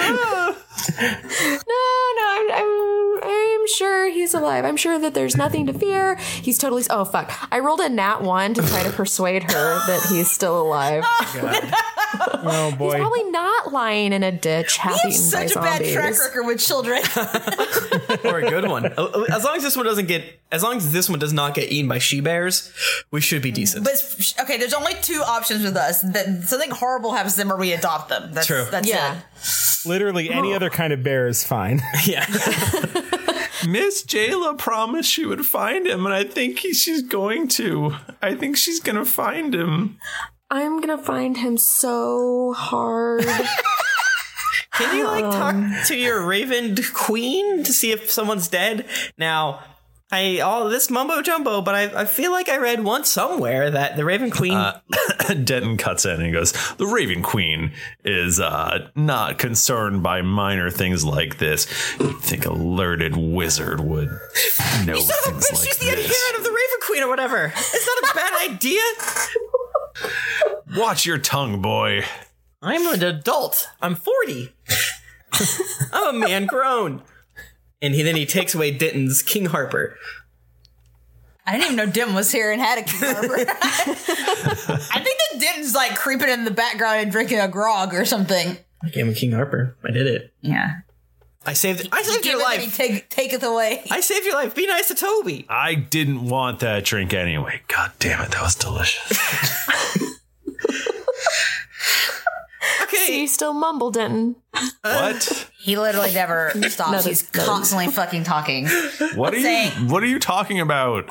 [SPEAKER 5] no, I'm, I'm, I'm sure he's alive. I'm sure that there's nothing to fear. He's totally. Oh fuck! I rolled a nat one to try to persuade her that he's still alive.
[SPEAKER 2] Oh
[SPEAKER 5] He's
[SPEAKER 2] boy.
[SPEAKER 5] probably not lying in a ditch, half
[SPEAKER 3] You
[SPEAKER 5] eaten
[SPEAKER 3] have
[SPEAKER 5] by
[SPEAKER 3] such a bad
[SPEAKER 5] zombies.
[SPEAKER 3] track record with children.
[SPEAKER 4] or a good one. Oh, oh, As long as this one doesn't get, as long as this one does not get eaten by she bears, we should be decent.
[SPEAKER 3] But it's- okay, there's only two options with us: that something horrible happens to them, or we adopt them. That's,
[SPEAKER 2] True.
[SPEAKER 3] That's
[SPEAKER 2] Yeah.
[SPEAKER 3] it.
[SPEAKER 2] Literally any other kind of bear is fine.
[SPEAKER 1] Miss Jayla promised she would find him, and I think he, she's going to. I think she's gonna find him.
[SPEAKER 5] I'm gonna find him so hard.
[SPEAKER 4] Can you
[SPEAKER 5] Um.
[SPEAKER 4] like talk to your raven queen to see if someone's dead? Now, I all this mumbo jumbo, but I, I feel like I read once somewhere that the raven queen.
[SPEAKER 1] Uh, Denton cuts in and goes, The Raven Queen is uh, not concerned by minor things like this. You'd think a learned wizard would know things
[SPEAKER 4] Bitch, she's
[SPEAKER 1] like
[SPEAKER 4] the adherent of the Raven Queen or whatever. It's not a bad idea.
[SPEAKER 1] Watch your tongue, boy.
[SPEAKER 4] I'm an adult. I'm 40. I'm a man grown. And he, then he takes away Denton's King Harper.
[SPEAKER 3] I didn't even know Denton was here and had a King Harbor. I think that Denton's like creeping in the background and drinking a grog or something.
[SPEAKER 4] I gave him King Harper. I did it.
[SPEAKER 3] Yeah.
[SPEAKER 4] I saved. I saved your
[SPEAKER 3] Give it
[SPEAKER 4] life.
[SPEAKER 3] that He take, taketh away.
[SPEAKER 4] I saved your life. Be nice to Toby.
[SPEAKER 1] I didn't want that drink anyway. God damn it, that was delicious.
[SPEAKER 4] Okay.
[SPEAKER 5] So you still mumble, Denton.
[SPEAKER 1] what?
[SPEAKER 3] He literally never stops.
[SPEAKER 5] Another-
[SPEAKER 3] He's constantly fucking talking.
[SPEAKER 1] What are you?
[SPEAKER 3] Saying-
[SPEAKER 1] What are you talking about?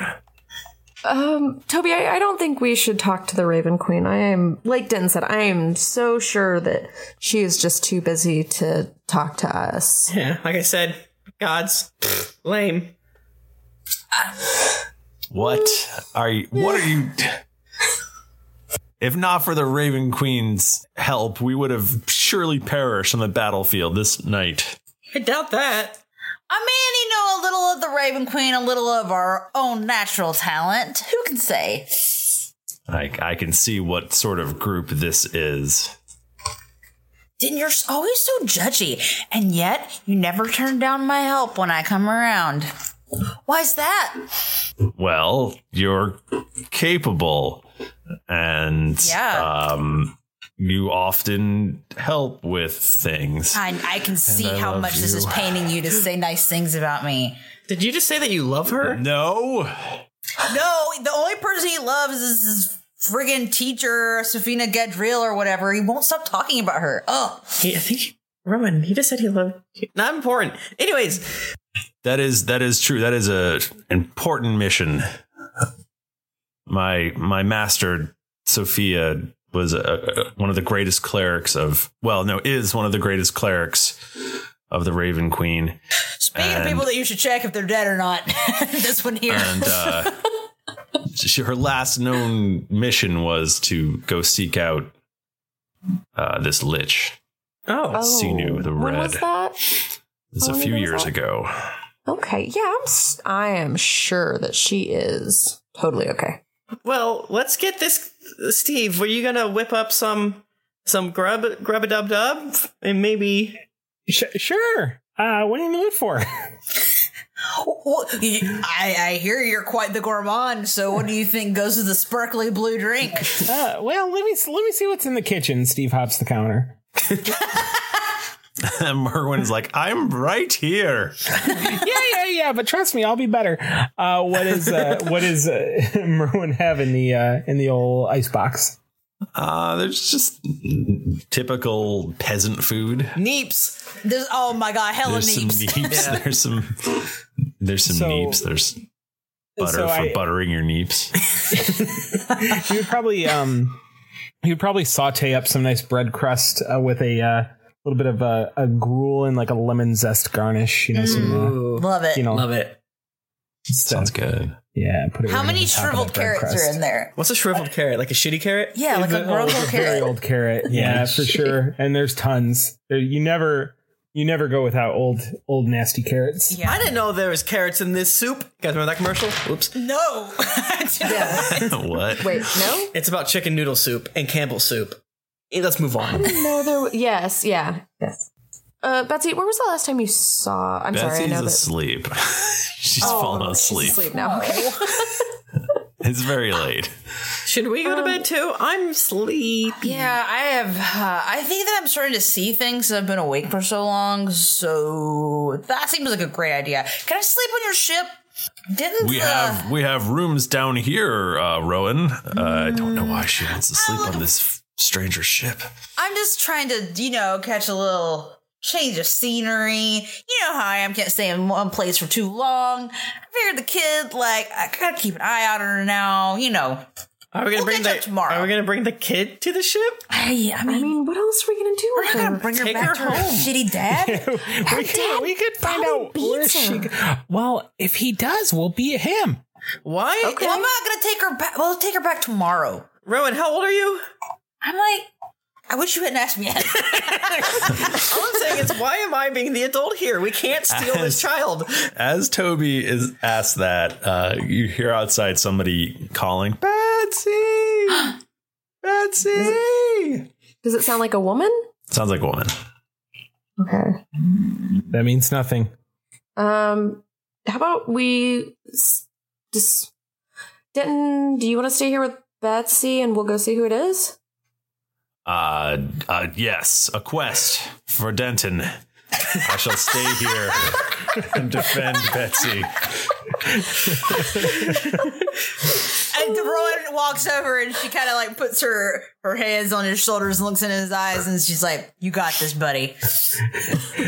[SPEAKER 5] Um, Toby, I, I don't think we should talk to the Raven Queen. I am, like Denton said, I am so sure that she is just too busy to talk to us.
[SPEAKER 4] Yeah, like I said, gods, pfft, lame.
[SPEAKER 1] What are you? What are you? If not for the Raven Queen's help, we would have surely perished on the battlefield this night.
[SPEAKER 4] I doubt that.
[SPEAKER 3] I mean, you know, a little of the Raven Queen, a little of our own natural talent. Who can say?
[SPEAKER 1] I, I can see what sort of group this is.
[SPEAKER 3] Didn't you're s- always so judgy, and yet you never turn down my help when I come around. Why's that?
[SPEAKER 1] Well, you're capable, and
[SPEAKER 3] Yeah.
[SPEAKER 1] um, you often help with things.
[SPEAKER 3] I, I can see
[SPEAKER 1] I
[SPEAKER 3] how
[SPEAKER 1] love
[SPEAKER 3] much this
[SPEAKER 1] you.
[SPEAKER 3] is paining you to say nice things about me.
[SPEAKER 4] Did you just say that you love her?
[SPEAKER 1] no,
[SPEAKER 3] No, the only person he loves is his friggin' teacher, Safina Gadriel or whatever. He won't stop talking about her. Oh,
[SPEAKER 4] He, I think Roman. He just said he loved. Not important. Anyways,
[SPEAKER 1] That is that is true. That is a important mission. My my master Sophia was a, a- one of the greatest clerics of well, no, is one of the greatest clerics of the Raven Queen,
[SPEAKER 3] speaking
[SPEAKER 1] And-
[SPEAKER 3] of people that you should check if they're dead or not, this one here.
[SPEAKER 1] and uh, she, her last known mission was to go seek out uh, this lich,
[SPEAKER 4] oh,
[SPEAKER 1] Sinu the
[SPEAKER 5] When was
[SPEAKER 1] Red. It
[SPEAKER 5] that?
[SPEAKER 1] was a
[SPEAKER 5] How long
[SPEAKER 1] few
[SPEAKER 5] ago was
[SPEAKER 1] years
[SPEAKER 5] that?
[SPEAKER 1] ago.
[SPEAKER 5] Okay, yeah, I'm, s- I am sure that she is totally okay.
[SPEAKER 4] well, let's get this. Steve, were you gonna whip up some some grub grub a dub dub and maybe?
[SPEAKER 2] Sh- sure. Uh, what are you in the mood for?
[SPEAKER 3] Well, you- I, I hear you're quite the gourmand. So, what do you think goes with the sparkly blue drink?
[SPEAKER 2] Uh, well, let me let me see what's in the kitchen. Steve hops the counter.
[SPEAKER 1] And Merwin's like, I'm right here.
[SPEAKER 2] yeah, yeah, yeah. But trust me, I'll be better. Uh, what is uh, what is uh, Merwin have in the uh, in the old ice box?
[SPEAKER 1] Uh, there's just typical peasant food.
[SPEAKER 4] Neeps.
[SPEAKER 3] There's oh my god, hella
[SPEAKER 1] There's some
[SPEAKER 3] neeps.
[SPEAKER 1] meats. There's some There's some
[SPEAKER 2] So-
[SPEAKER 1] neeps. There's butter
[SPEAKER 2] so
[SPEAKER 1] for
[SPEAKER 2] I-
[SPEAKER 1] buttering your neeps.
[SPEAKER 2] you would probably um you would probably saute up some nice bread crust uh, with a uh, little bit of a, a gruel and like a lemon zest garnish you know some, uh,
[SPEAKER 3] Love it.
[SPEAKER 2] you know
[SPEAKER 3] Love
[SPEAKER 4] it
[SPEAKER 2] sounds
[SPEAKER 1] good
[SPEAKER 2] yeah put it
[SPEAKER 3] How
[SPEAKER 2] right on the
[SPEAKER 3] many
[SPEAKER 2] top of
[SPEAKER 3] shriveled
[SPEAKER 2] that bread
[SPEAKER 3] carrots
[SPEAKER 2] crust.
[SPEAKER 3] are in there?
[SPEAKER 4] What's a shriveled carrot? Like a shitty carrot?
[SPEAKER 3] Yeah, like a
[SPEAKER 2] Oh,
[SPEAKER 3] broken
[SPEAKER 2] it's a
[SPEAKER 3] carrot.
[SPEAKER 2] very old carrot
[SPEAKER 4] Yeah.
[SPEAKER 2] yeah for sure and there's tons there, you never you never go without old old nasty carrots
[SPEAKER 4] I didn't know there was carrots in this soup. You guys remember that commercial? Oops.
[SPEAKER 3] No.
[SPEAKER 1] what?
[SPEAKER 5] Wait, no?
[SPEAKER 4] It's about chicken noodle soup and Campbell's soup. Eh, Let's move
[SPEAKER 5] I
[SPEAKER 4] on.
[SPEAKER 5] didn't know there. wa- Yes, yeah.
[SPEAKER 1] Yes.
[SPEAKER 5] Uh, Betsy, where was the last time you saw? I'm sorry, I
[SPEAKER 1] Betsy's
[SPEAKER 5] know that.
[SPEAKER 1] asleep. she's
[SPEAKER 5] Oh,
[SPEAKER 1] fallen
[SPEAKER 5] she's
[SPEAKER 1] asleep.
[SPEAKER 5] asleep now. Okay.
[SPEAKER 1] It's very late.
[SPEAKER 3] Should we go to bed too? I'm sleepy. Um, Yeah, I have. Uh, I think that I'm starting to see things. I've been awake for so long, so that seems like a great idea. Can I sleep on your ship? Didn't
[SPEAKER 1] We
[SPEAKER 3] the-
[SPEAKER 1] have we have rooms down here, uh, Rowan. Uh, I don't know why she
[SPEAKER 2] Mm.
[SPEAKER 1] wants to sleep on this f- stranger ship.
[SPEAKER 3] I'm just trying to, you know, catch a little change of scenery. You know how I am. Can't stay in one place for too long. I figured the kid, like, I gotta keep an eye out on her now. You know.
[SPEAKER 4] Are we gonna bring the Are we gonna bring the kid to the ship?
[SPEAKER 3] I, mean,
[SPEAKER 5] what else are we gonna do?
[SPEAKER 3] We're not gonna bring her
[SPEAKER 4] Take
[SPEAKER 3] back
[SPEAKER 4] her
[SPEAKER 3] to her
[SPEAKER 4] home.
[SPEAKER 3] shitty dad.
[SPEAKER 2] Her we, could, we could find out where she
[SPEAKER 3] him.
[SPEAKER 2] go- well if he does we'll be him
[SPEAKER 4] why
[SPEAKER 3] Okay. Well, I'm not gonna take her back. We'll take her back tomorrow.
[SPEAKER 4] Rowan, how old are you?
[SPEAKER 3] I'm like, I wish you hadn't asked me. Yet.
[SPEAKER 4] All I'm saying is, why am I being the adult here? We can't steal this child.
[SPEAKER 1] As Toby is asked that, uh, you hear outside somebody calling. Betsy! Betsy!
[SPEAKER 5] Does it sound like a woman?
[SPEAKER 1] Sounds like a woman.
[SPEAKER 5] Okay.
[SPEAKER 2] that means nothing
[SPEAKER 5] Um, how about we s- just Denton? Do you want to stay here with Betsy, and we'll go see who it is?
[SPEAKER 1] Uh, uh, yes, a quest for Denton. I shall stay here and defend Betsy.
[SPEAKER 3] and Rowan walks over and she kind of like puts her her hands on his shoulders and looks into his eyes and she's like, "You got this, buddy."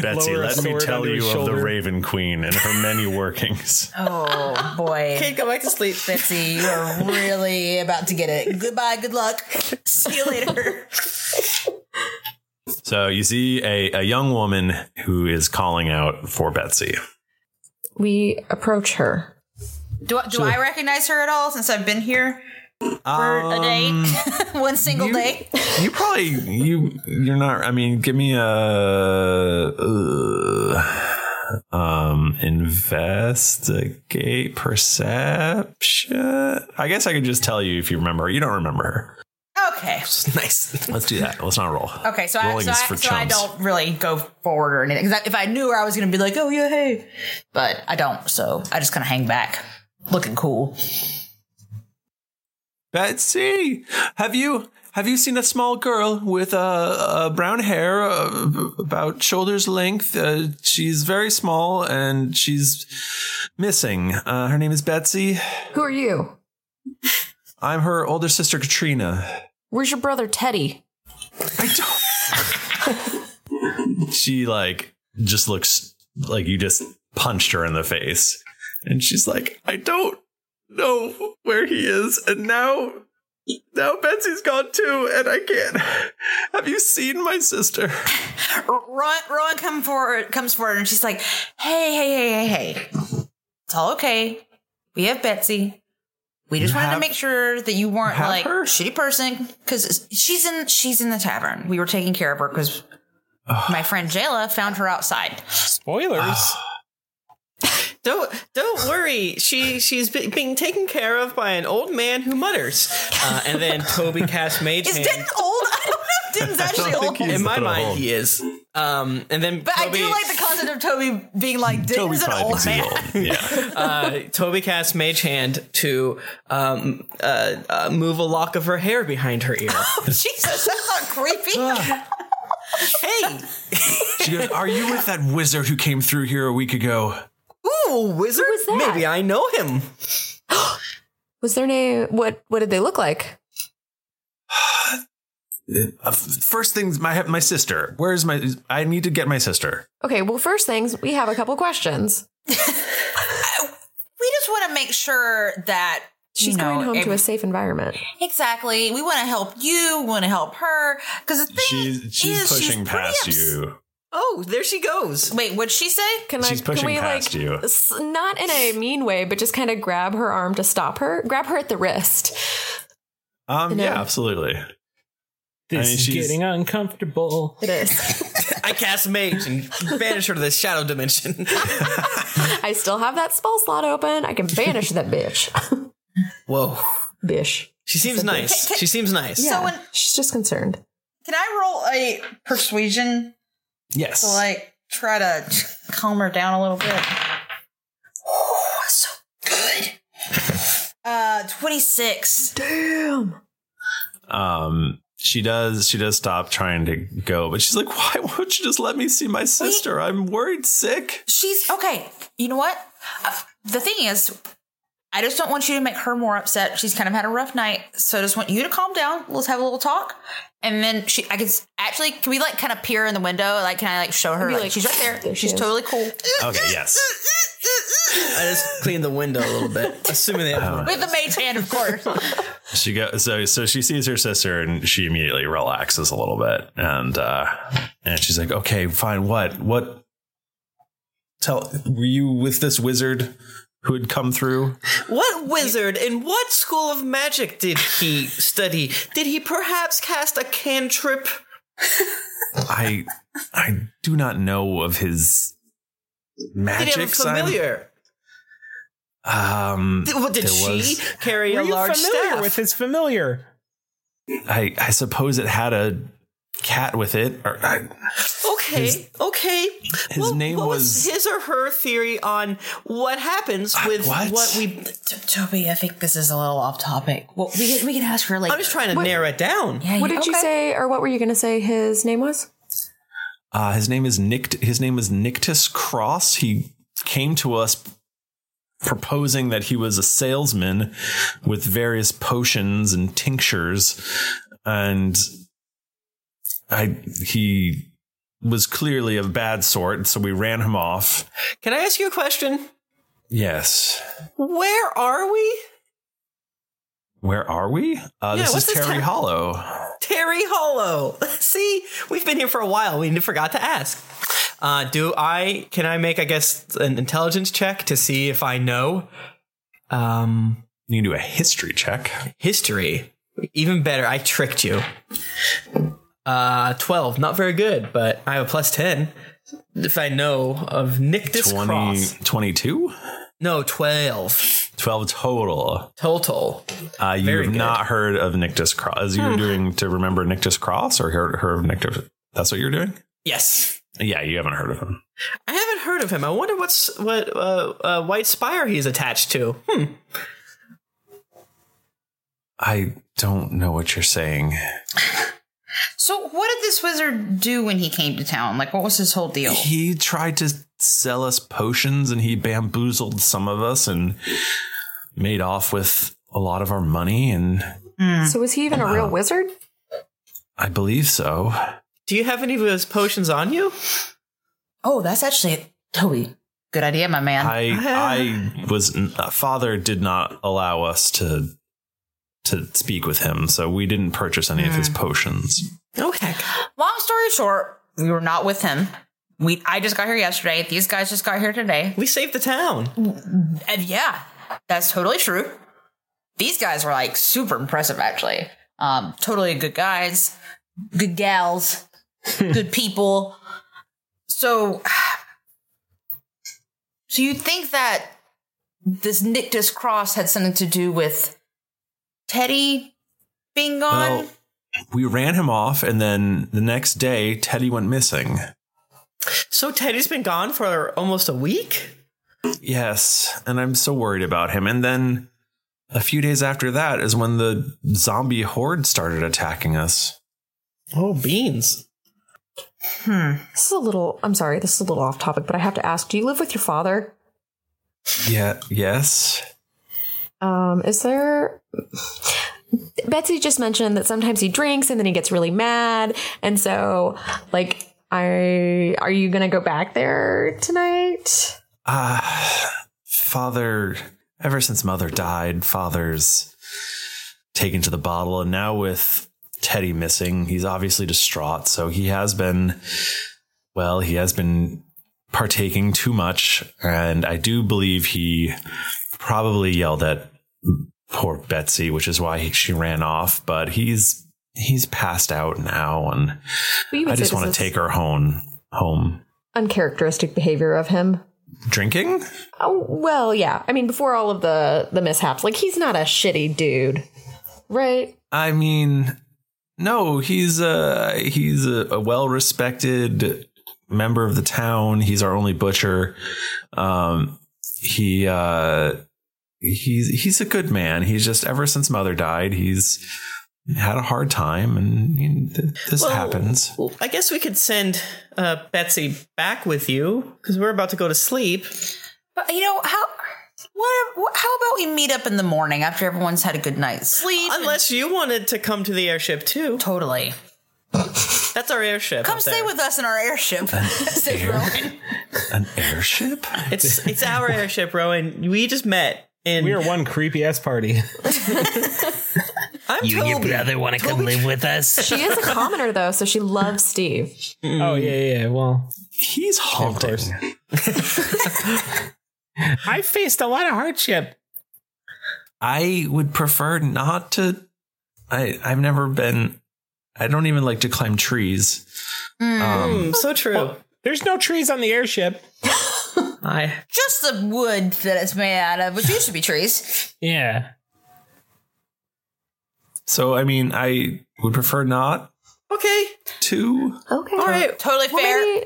[SPEAKER 1] Betsy,
[SPEAKER 2] Lower a
[SPEAKER 1] let me
[SPEAKER 2] sword
[SPEAKER 1] tell
[SPEAKER 2] under his
[SPEAKER 1] you of the
[SPEAKER 2] shoulder.
[SPEAKER 1] Raven Queen and her many workings.
[SPEAKER 3] Oh boy. Kid,
[SPEAKER 4] go back to sleep.
[SPEAKER 3] Betsy, you are really about to get it. Goodbye, good luck. See you later.
[SPEAKER 1] So you see a, a young woman who is calling out for Betsy.
[SPEAKER 5] We approach her.
[SPEAKER 3] Do, I- do
[SPEAKER 1] Sure. Um,
[SPEAKER 3] I recognize her at all since I've been here for a day? One single day?
[SPEAKER 1] You probably you you're not. I mean, give me a uh, um investigate perception. I guess I could just tell you if you remember. You don't remember her.
[SPEAKER 3] Okay.
[SPEAKER 1] Nice. Let's do that. Let's not roll.
[SPEAKER 3] Okay, so, I,
[SPEAKER 1] Rolling
[SPEAKER 3] so, I,
[SPEAKER 1] is for
[SPEAKER 3] so I
[SPEAKER 1] chumps.
[SPEAKER 3] don't really go forward or anything. 'Cause I- if I knew her, I was going to be like, oh, yeah, hey. But I don't, so I just kind of hang back, looking cool.
[SPEAKER 1] Betsy, have you have you seen a small girl with uh, uh, brown hair uh, about shoulders length? Uh, she's very small and she's missing. Uh, her name is Betsy.
[SPEAKER 5] Who are you?
[SPEAKER 1] I'm her older sister Katrina.
[SPEAKER 5] Where's your brother Teddy?
[SPEAKER 1] She like just looks like you just punched her in the face, and she's like, I don't know where he is, and now now Betsy's gone too, and I can't. Have you seen my sister?
[SPEAKER 3] Rowan, Rowan come forward, comes forward and she's like, hey, hey, hey, hey, hey. It's all okay. We have Betsy. We just
[SPEAKER 1] You
[SPEAKER 3] wanted to
[SPEAKER 1] have-
[SPEAKER 3] make sure that you weren't
[SPEAKER 1] have
[SPEAKER 3] like a shitty person because she's in she's in the tavern. We were taking care of her because my friend Jayla found her outside.
[SPEAKER 2] Spoilers.
[SPEAKER 4] Don't don't worry. She she's be- being taken care of by an old man who mutters. Uh, and then Toby casts mage
[SPEAKER 3] Is
[SPEAKER 4] hand.
[SPEAKER 3] Denton old? I don't know if Denton's actually old.
[SPEAKER 4] In my mind, he is. Um, and then
[SPEAKER 3] But
[SPEAKER 4] Toby,
[SPEAKER 3] I do like the concept of Toby being like, Denton's an old man.
[SPEAKER 4] uh, Toby casts mage hand to um, uh, uh, move a lock of her hair behind her ear.
[SPEAKER 3] Oh, Jesus, that's not creepy. hey.
[SPEAKER 1] She goes, Are you with that wizard who came through here a week ago?
[SPEAKER 4] Ooh, wizard. Maybe I know him.
[SPEAKER 5] Was their name? What? What did they look like?
[SPEAKER 1] Uh, f- First things, my my sister. Where's my? I need to get my sister.
[SPEAKER 5] Okay. Well, first things, we have a couple questions.
[SPEAKER 3] we just want to make sure that you
[SPEAKER 5] She's
[SPEAKER 3] know,
[SPEAKER 5] going home to
[SPEAKER 3] every-
[SPEAKER 5] a safe environment.
[SPEAKER 3] Exactly. We want to help you. We want to help her because the thing
[SPEAKER 1] She's she's
[SPEAKER 3] is,
[SPEAKER 1] pushing
[SPEAKER 3] she's pretty
[SPEAKER 1] past
[SPEAKER 3] ups-
[SPEAKER 1] you.
[SPEAKER 3] Oh, there she goes. Wait, what'd she say?
[SPEAKER 5] Can
[SPEAKER 1] She's
[SPEAKER 5] I, can
[SPEAKER 1] pushing
[SPEAKER 5] we
[SPEAKER 1] past
[SPEAKER 5] like
[SPEAKER 1] you.
[SPEAKER 5] s- not in a mean way, but just kind of grab her arm to stop her, grab her at the wrist.
[SPEAKER 1] Um,
[SPEAKER 5] No.
[SPEAKER 1] yeah, absolutely.
[SPEAKER 2] This
[SPEAKER 1] I mean,
[SPEAKER 2] is
[SPEAKER 1] she's-
[SPEAKER 2] getting uncomfortable.
[SPEAKER 5] It is.
[SPEAKER 4] I cast mage and banish her to the shadow dimension.
[SPEAKER 5] I still have that spell slot open. I can banish that bitch.
[SPEAKER 4] Whoa.
[SPEAKER 5] Bish.
[SPEAKER 4] She seems nice. She seems nice.
[SPEAKER 5] Yeah, she's just concerned.
[SPEAKER 3] Can I roll a persuasion?
[SPEAKER 1] Yes.
[SPEAKER 3] To like try to calm her down a little bit. Oh, so good. Uh, twenty six.
[SPEAKER 5] Damn.
[SPEAKER 1] Um, she does she does stop trying to go, but she's like, "Why won't you just let me see my sister? I'm worried sick."
[SPEAKER 3] She's okay. You know what? Uh, the thing is, I just don't want you to make her more upset. She's kind of had a rough night, so I just want you to calm down. Let's have a little talk, and then she. I can s- actually can we like kind of peer in the window, like can I like show her?
[SPEAKER 5] Be
[SPEAKER 3] Like,
[SPEAKER 5] like,
[SPEAKER 3] she's right there.
[SPEAKER 5] there she
[SPEAKER 3] She's
[SPEAKER 5] is.
[SPEAKER 3] totally cool.
[SPEAKER 1] Okay, yes.
[SPEAKER 4] I just cleaned the window a little bit, assuming they
[SPEAKER 1] Um,
[SPEAKER 4] have.
[SPEAKER 3] With the mage hand, of course.
[SPEAKER 1] She goes so so she sees her sister and she immediately relaxes a little bit and uh and she's like, "Okay, fine. What? What? Tell were you with this wizard who had come through?"
[SPEAKER 4] What wizard in what school of magic did he study? Did he perhaps cast a cantrip?
[SPEAKER 1] I I do not know of his magic.
[SPEAKER 4] did he have a familiar?
[SPEAKER 1] Um,
[SPEAKER 4] Did- what, did
[SPEAKER 1] there
[SPEAKER 4] she
[SPEAKER 1] was-
[SPEAKER 4] carry
[SPEAKER 2] Were
[SPEAKER 4] a
[SPEAKER 2] you
[SPEAKER 4] large
[SPEAKER 2] familiar
[SPEAKER 4] staff?
[SPEAKER 2] with his familiar?
[SPEAKER 1] I I suppose it had a cat with it. Or, I,
[SPEAKER 4] Okay, okay.
[SPEAKER 1] his name
[SPEAKER 4] what
[SPEAKER 1] was.
[SPEAKER 4] his or her theory on what happens with
[SPEAKER 1] what?
[SPEAKER 4] Uh, what, we.
[SPEAKER 3] Toby, I think this is a little off topic. Well, we we can ask her later.
[SPEAKER 4] I'm just trying to narrow it down.
[SPEAKER 3] Yeah,
[SPEAKER 5] What did you say, or what were you going to say his name was?
[SPEAKER 1] Uh, his name is Nick. His name was Nictus Cross. He came to us proposing that he was a salesman with various potions and tinctures, and I he was clearly of bad sort. So we ran him off.
[SPEAKER 4] Can I ask you a question?
[SPEAKER 1] Yes.
[SPEAKER 4] Where are we?
[SPEAKER 1] Where are we? Uh,
[SPEAKER 4] Yeah,
[SPEAKER 1] this is
[SPEAKER 4] what's this
[SPEAKER 1] Terry
[SPEAKER 4] ter-
[SPEAKER 1] Hollow.
[SPEAKER 4] Terry Hollow. See, we've been here for a while. We forgot to ask. Uh, do I? Can I make? I guess an intelligence check to see if I know. Um,
[SPEAKER 1] You can do a history check.
[SPEAKER 4] History, even better. I tricked you. Uh, twelve. Not very good, but I have a plus ten. If I know of Nictus
[SPEAKER 1] 20
[SPEAKER 4] Cross,
[SPEAKER 1] 22?
[SPEAKER 4] no twelve
[SPEAKER 1] 12 total.
[SPEAKER 4] total.
[SPEAKER 1] Uh, you
[SPEAKER 4] Very
[SPEAKER 1] have
[SPEAKER 4] good. Hmm.
[SPEAKER 1] not heard of Nictus Cross. As you're doing to remember Nictus Cross or heard, heard of Nictus. That's what you're doing?
[SPEAKER 4] Yes,
[SPEAKER 1] Yeah, you haven't heard of him.
[SPEAKER 4] I haven't heard of him. I wonder what's what uh, uh, White Spire he's attached to. Hmm.
[SPEAKER 1] I don't know what you're saying.
[SPEAKER 3] So, what did this wizard do when he came to town? Like, what was his whole deal?
[SPEAKER 1] He tried to sell us potions and he bamboozled some of us and made off with a lot of our money. And Mm.
[SPEAKER 5] So was he even a
[SPEAKER 1] Oh.
[SPEAKER 5] real wizard?
[SPEAKER 1] I believe so.
[SPEAKER 4] Do you have any of his potions on you?
[SPEAKER 3] Oh, that's actually Toby. Good idea, my man.
[SPEAKER 1] I I was uh, father did not allow us to to speak with him, so we didn't purchase any of his potions.
[SPEAKER 4] Oh heck!
[SPEAKER 3] Long story short, we were not with him. We I just got here yesterday. These guys just got here today.
[SPEAKER 4] We saved the town.
[SPEAKER 1] Hmm.
[SPEAKER 3] And yeah, that's totally true. These guys were like super impressive, actually. Um, totally good guys, good gals, good people. So, so you think that this Nictus Cross had something to do with Teddy being gone?
[SPEAKER 1] Well, we ran him off, and then the next day Teddy went missing.
[SPEAKER 4] So Teddy's been gone for almost a week.
[SPEAKER 1] Yes, and I'm so worried about him. And then a few days after that is when the zombie horde started attacking us.
[SPEAKER 4] Oh beans!
[SPEAKER 5] This is a little. I'm sorry. This is a little off topic, but I have to ask: Do you live with your father?
[SPEAKER 1] Yeah. Yes.
[SPEAKER 5] Um, is there? Betsy just mentioned that sometimes he drinks and then he gets really mad, and so like, I are you gonna go back there tonight?
[SPEAKER 1] Ah, Uh, father ever since mother died, father's taken to the bottle, and now with Teddy missing, he's obviously distraught. So he has been, well, he has been partaking too much, and I do believe he probably yelled at poor Betsy, which is why he, she ran off. But he's he's passed out now, and
[SPEAKER 5] Well, you would
[SPEAKER 1] I
[SPEAKER 5] say
[SPEAKER 1] just
[SPEAKER 5] this
[SPEAKER 1] want
[SPEAKER 5] is-
[SPEAKER 1] to take her home. Home
[SPEAKER 5] Uncharacteristic behavior of him.
[SPEAKER 1] drinking.
[SPEAKER 5] Oh, well, yeah. I mean, before all of the the mishaps, like he's not a shitty dude, right?
[SPEAKER 1] I mean, no, he's a he's a, a well respected member of the town. He's our only butcher. Um, he uh, he's he's a good man. He's just ever since mother died, he's had a hard time, and you know, th- this
[SPEAKER 4] Well,
[SPEAKER 1] happens.
[SPEAKER 4] I guess we could send uh, Betsy back with you because we're about to go to sleep.
[SPEAKER 3] But you know how? What, what? How about we meet up in the morning after everyone's had a good night's sleep?
[SPEAKER 4] Unless you wanted to come to the airship too.
[SPEAKER 3] Totally.
[SPEAKER 4] That's our airship.
[SPEAKER 3] Come
[SPEAKER 4] up
[SPEAKER 3] stay
[SPEAKER 4] there.
[SPEAKER 3] with us in our airship. Says Rowan.
[SPEAKER 1] An airship?
[SPEAKER 4] It's it's our airship, Rowan. We just met. In
[SPEAKER 2] we are one creepy ass party.
[SPEAKER 4] I'm
[SPEAKER 9] you and your
[SPEAKER 2] Toby.
[SPEAKER 9] brother want to come
[SPEAKER 2] Toby-
[SPEAKER 9] live with us?
[SPEAKER 5] She is a commoner though, so she loves Steve.
[SPEAKER 2] Oh yeah, yeah. Well,
[SPEAKER 1] he's haunting.
[SPEAKER 2] I faced a lot of hardship.
[SPEAKER 1] I would prefer not to. I I've never been. I don't even like to climb trees.
[SPEAKER 5] Hmm.
[SPEAKER 1] Um,
[SPEAKER 4] Hmm, so true.
[SPEAKER 2] there's no trees on the airship.
[SPEAKER 4] I
[SPEAKER 3] Just the wood that it's made out of, which used to be trees.
[SPEAKER 2] yeah.
[SPEAKER 1] So I mean, I would prefer not
[SPEAKER 4] Okay.
[SPEAKER 1] to.
[SPEAKER 5] Okay.
[SPEAKER 4] All right.
[SPEAKER 3] Totally
[SPEAKER 5] fair. Maybe,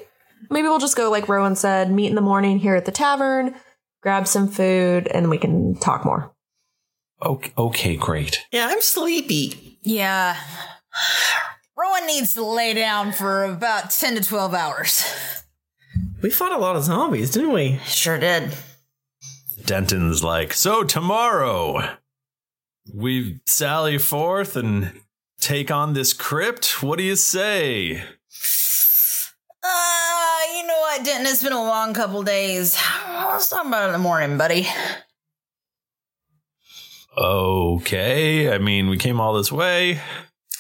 [SPEAKER 5] maybe we'll just go like Rowan said, meet in the morning here at the tavern, grab some food, and we can talk more.
[SPEAKER 1] Okay, okay great.
[SPEAKER 4] Yeah, I'm sleepy.
[SPEAKER 3] Yeah. Rowan needs to lay down for about ten to twelve hours.
[SPEAKER 4] We fought a lot of zombies, didn't we?
[SPEAKER 3] Sure did.
[SPEAKER 1] Denton's like, so tomorrow we sally forth and take on this crypt. What do you say?
[SPEAKER 3] Uh, you know what, Denton? It's been a long couple days. Let's talk about it in the morning, buddy.
[SPEAKER 1] Okay. I mean, we came all this way.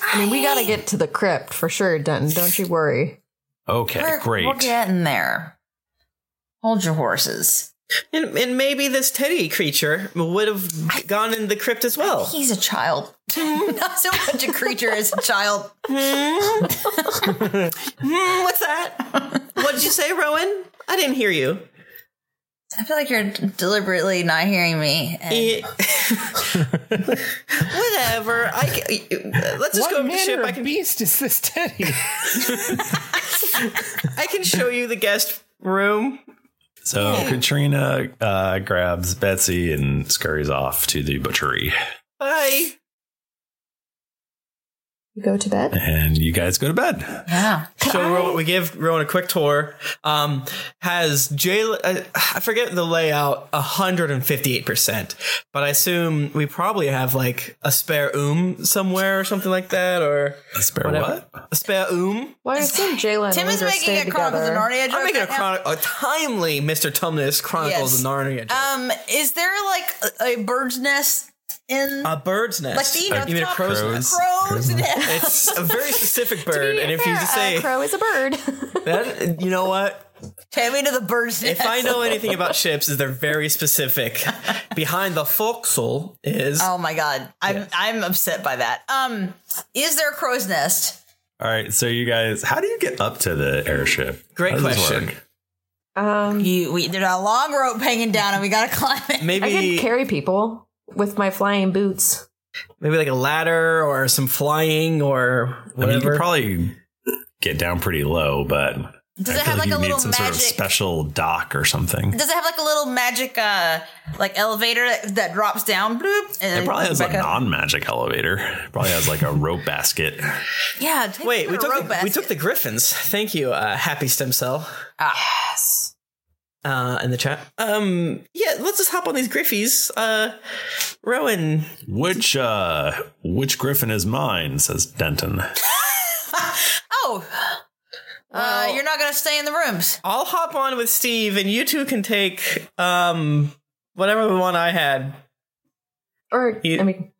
[SPEAKER 5] I mean, we gotta get to the crypt for sure, Denton. Don't you worry.
[SPEAKER 1] Okay,
[SPEAKER 3] We're-
[SPEAKER 1] great.
[SPEAKER 3] We're getting there. Hold your horses.
[SPEAKER 4] And, and maybe this teddy creature would have gone in the crypt as well.
[SPEAKER 3] He's a child. Not so much a creature as a child.
[SPEAKER 4] Hmm, what's that? what did you say, Rowan? I didn't hear you.
[SPEAKER 3] I feel like you're deliberately not hearing me. and-
[SPEAKER 4] E- Whatever. I ca- let's
[SPEAKER 2] what
[SPEAKER 4] just go up the
[SPEAKER 2] manner
[SPEAKER 4] ship.
[SPEAKER 2] Of
[SPEAKER 4] I can
[SPEAKER 2] beast is this Teddy?
[SPEAKER 4] I can show you the guest room.
[SPEAKER 1] So Katrina uh, grabs Betsy and scurries off to the butchery.
[SPEAKER 4] Bye.
[SPEAKER 5] You go to bed?
[SPEAKER 1] And you guys go to bed.
[SPEAKER 3] Yeah.
[SPEAKER 4] So Rowan, we give Rowan a quick tour. Um, has Jay? I, I forget the layout. hundred and fifty-eight percent, but I assume we probably have like a spare oom somewhere or something like that, or
[SPEAKER 1] a spare
[SPEAKER 4] what? A spare oom.
[SPEAKER 5] Well, I assume Jayla and
[SPEAKER 3] Tim is
[SPEAKER 5] Liz are
[SPEAKER 3] making
[SPEAKER 5] staying
[SPEAKER 3] a chronicle
[SPEAKER 5] together.
[SPEAKER 3] Narnia joke
[SPEAKER 4] I'm making a,
[SPEAKER 3] right now?
[SPEAKER 4] chronic a timely Mr. Tumnus Chronicles
[SPEAKER 3] Yes.
[SPEAKER 4] of Narnia. joke.
[SPEAKER 3] Um, is there like a, a bird's nest in
[SPEAKER 4] a bird's nest.
[SPEAKER 3] Like the, you know,
[SPEAKER 4] mean a
[SPEAKER 3] Um, top-
[SPEAKER 4] crow's, nest?
[SPEAKER 3] crow's nest.
[SPEAKER 4] It's a very specific bird, and if you just say
[SPEAKER 5] a Uh, crow is a bird.
[SPEAKER 4] that, you know what?
[SPEAKER 3] Take me to the bird's nest.
[SPEAKER 4] If I know anything about ships, is they're very specific. Behind the forecastle is
[SPEAKER 3] Oh my god, I'm I'm upset by that. Um, is there a crow's nest?
[SPEAKER 1] All right, so you guys, how do you get up to the airship?
[SPEAKER 4] Great
[SPEAKER 1] How does this
[SPEAKER 4] question.
[SPEAKER 1] work?
[SPEAKER 5] Um,
[SPEAKER 3] you we there's a long rope hanging down, and we gotta climb it.
[SPEAKER 5] I could carry people with my flying boots.
[SPEAKER 4] maybe like a ladder or some flying or
[SPEAKER 1] I mean, you
[SPEAKER 4] whatever.
[SPEAKER 1] could probably get down pretty low, but
[SPEAKER 3] Does
[SPEAKER 1] I feel
[SPEAKER 3] it have, like,
[SPEAKER 1] you
[SPEAKER 3] a
[SPEAKER 1] need
[SPEAKER 3] little
[SPEAKER 1] some sort of
[SPEAKER 3] magic-
[SPEAKER 1] special dock or something?
[SPEAKER 3] Does it have like a little magic, uh, like elevator that, that drops down? Bloop, and
[SPEAKER 1] It probably has a
[SPEAKER 3] back up?
[SPEAKER 1] non-magic elevator. It probably has like a rope basket.
[SPEAKER 3] Yeah. Take
[SPEAKER 4] Wait, we
[SPEAKER 3] a rope
[SPEAKER 4] took the, we
[SPEAKER 3] basket.
[SPEAKER 4] took the griffins. Thank you, uh, Happy Stem Cell.
[SPEAKER 3] Yes.
[SPEAKER 4] Uh, in the chat. Um, yeah, let's just hop on these griffies. Uh, Rowan,
[SPEAKER 1] Which uh, which griffin is mine? Says Denton.
[SPEAKER 3] Oh. uh, you're not gonna stay in the rooms.
[SPEAKER 4] I'll hop on with Steve, and you two can take um Whatever the one I had.
[SPEAKER 5] Or I mean,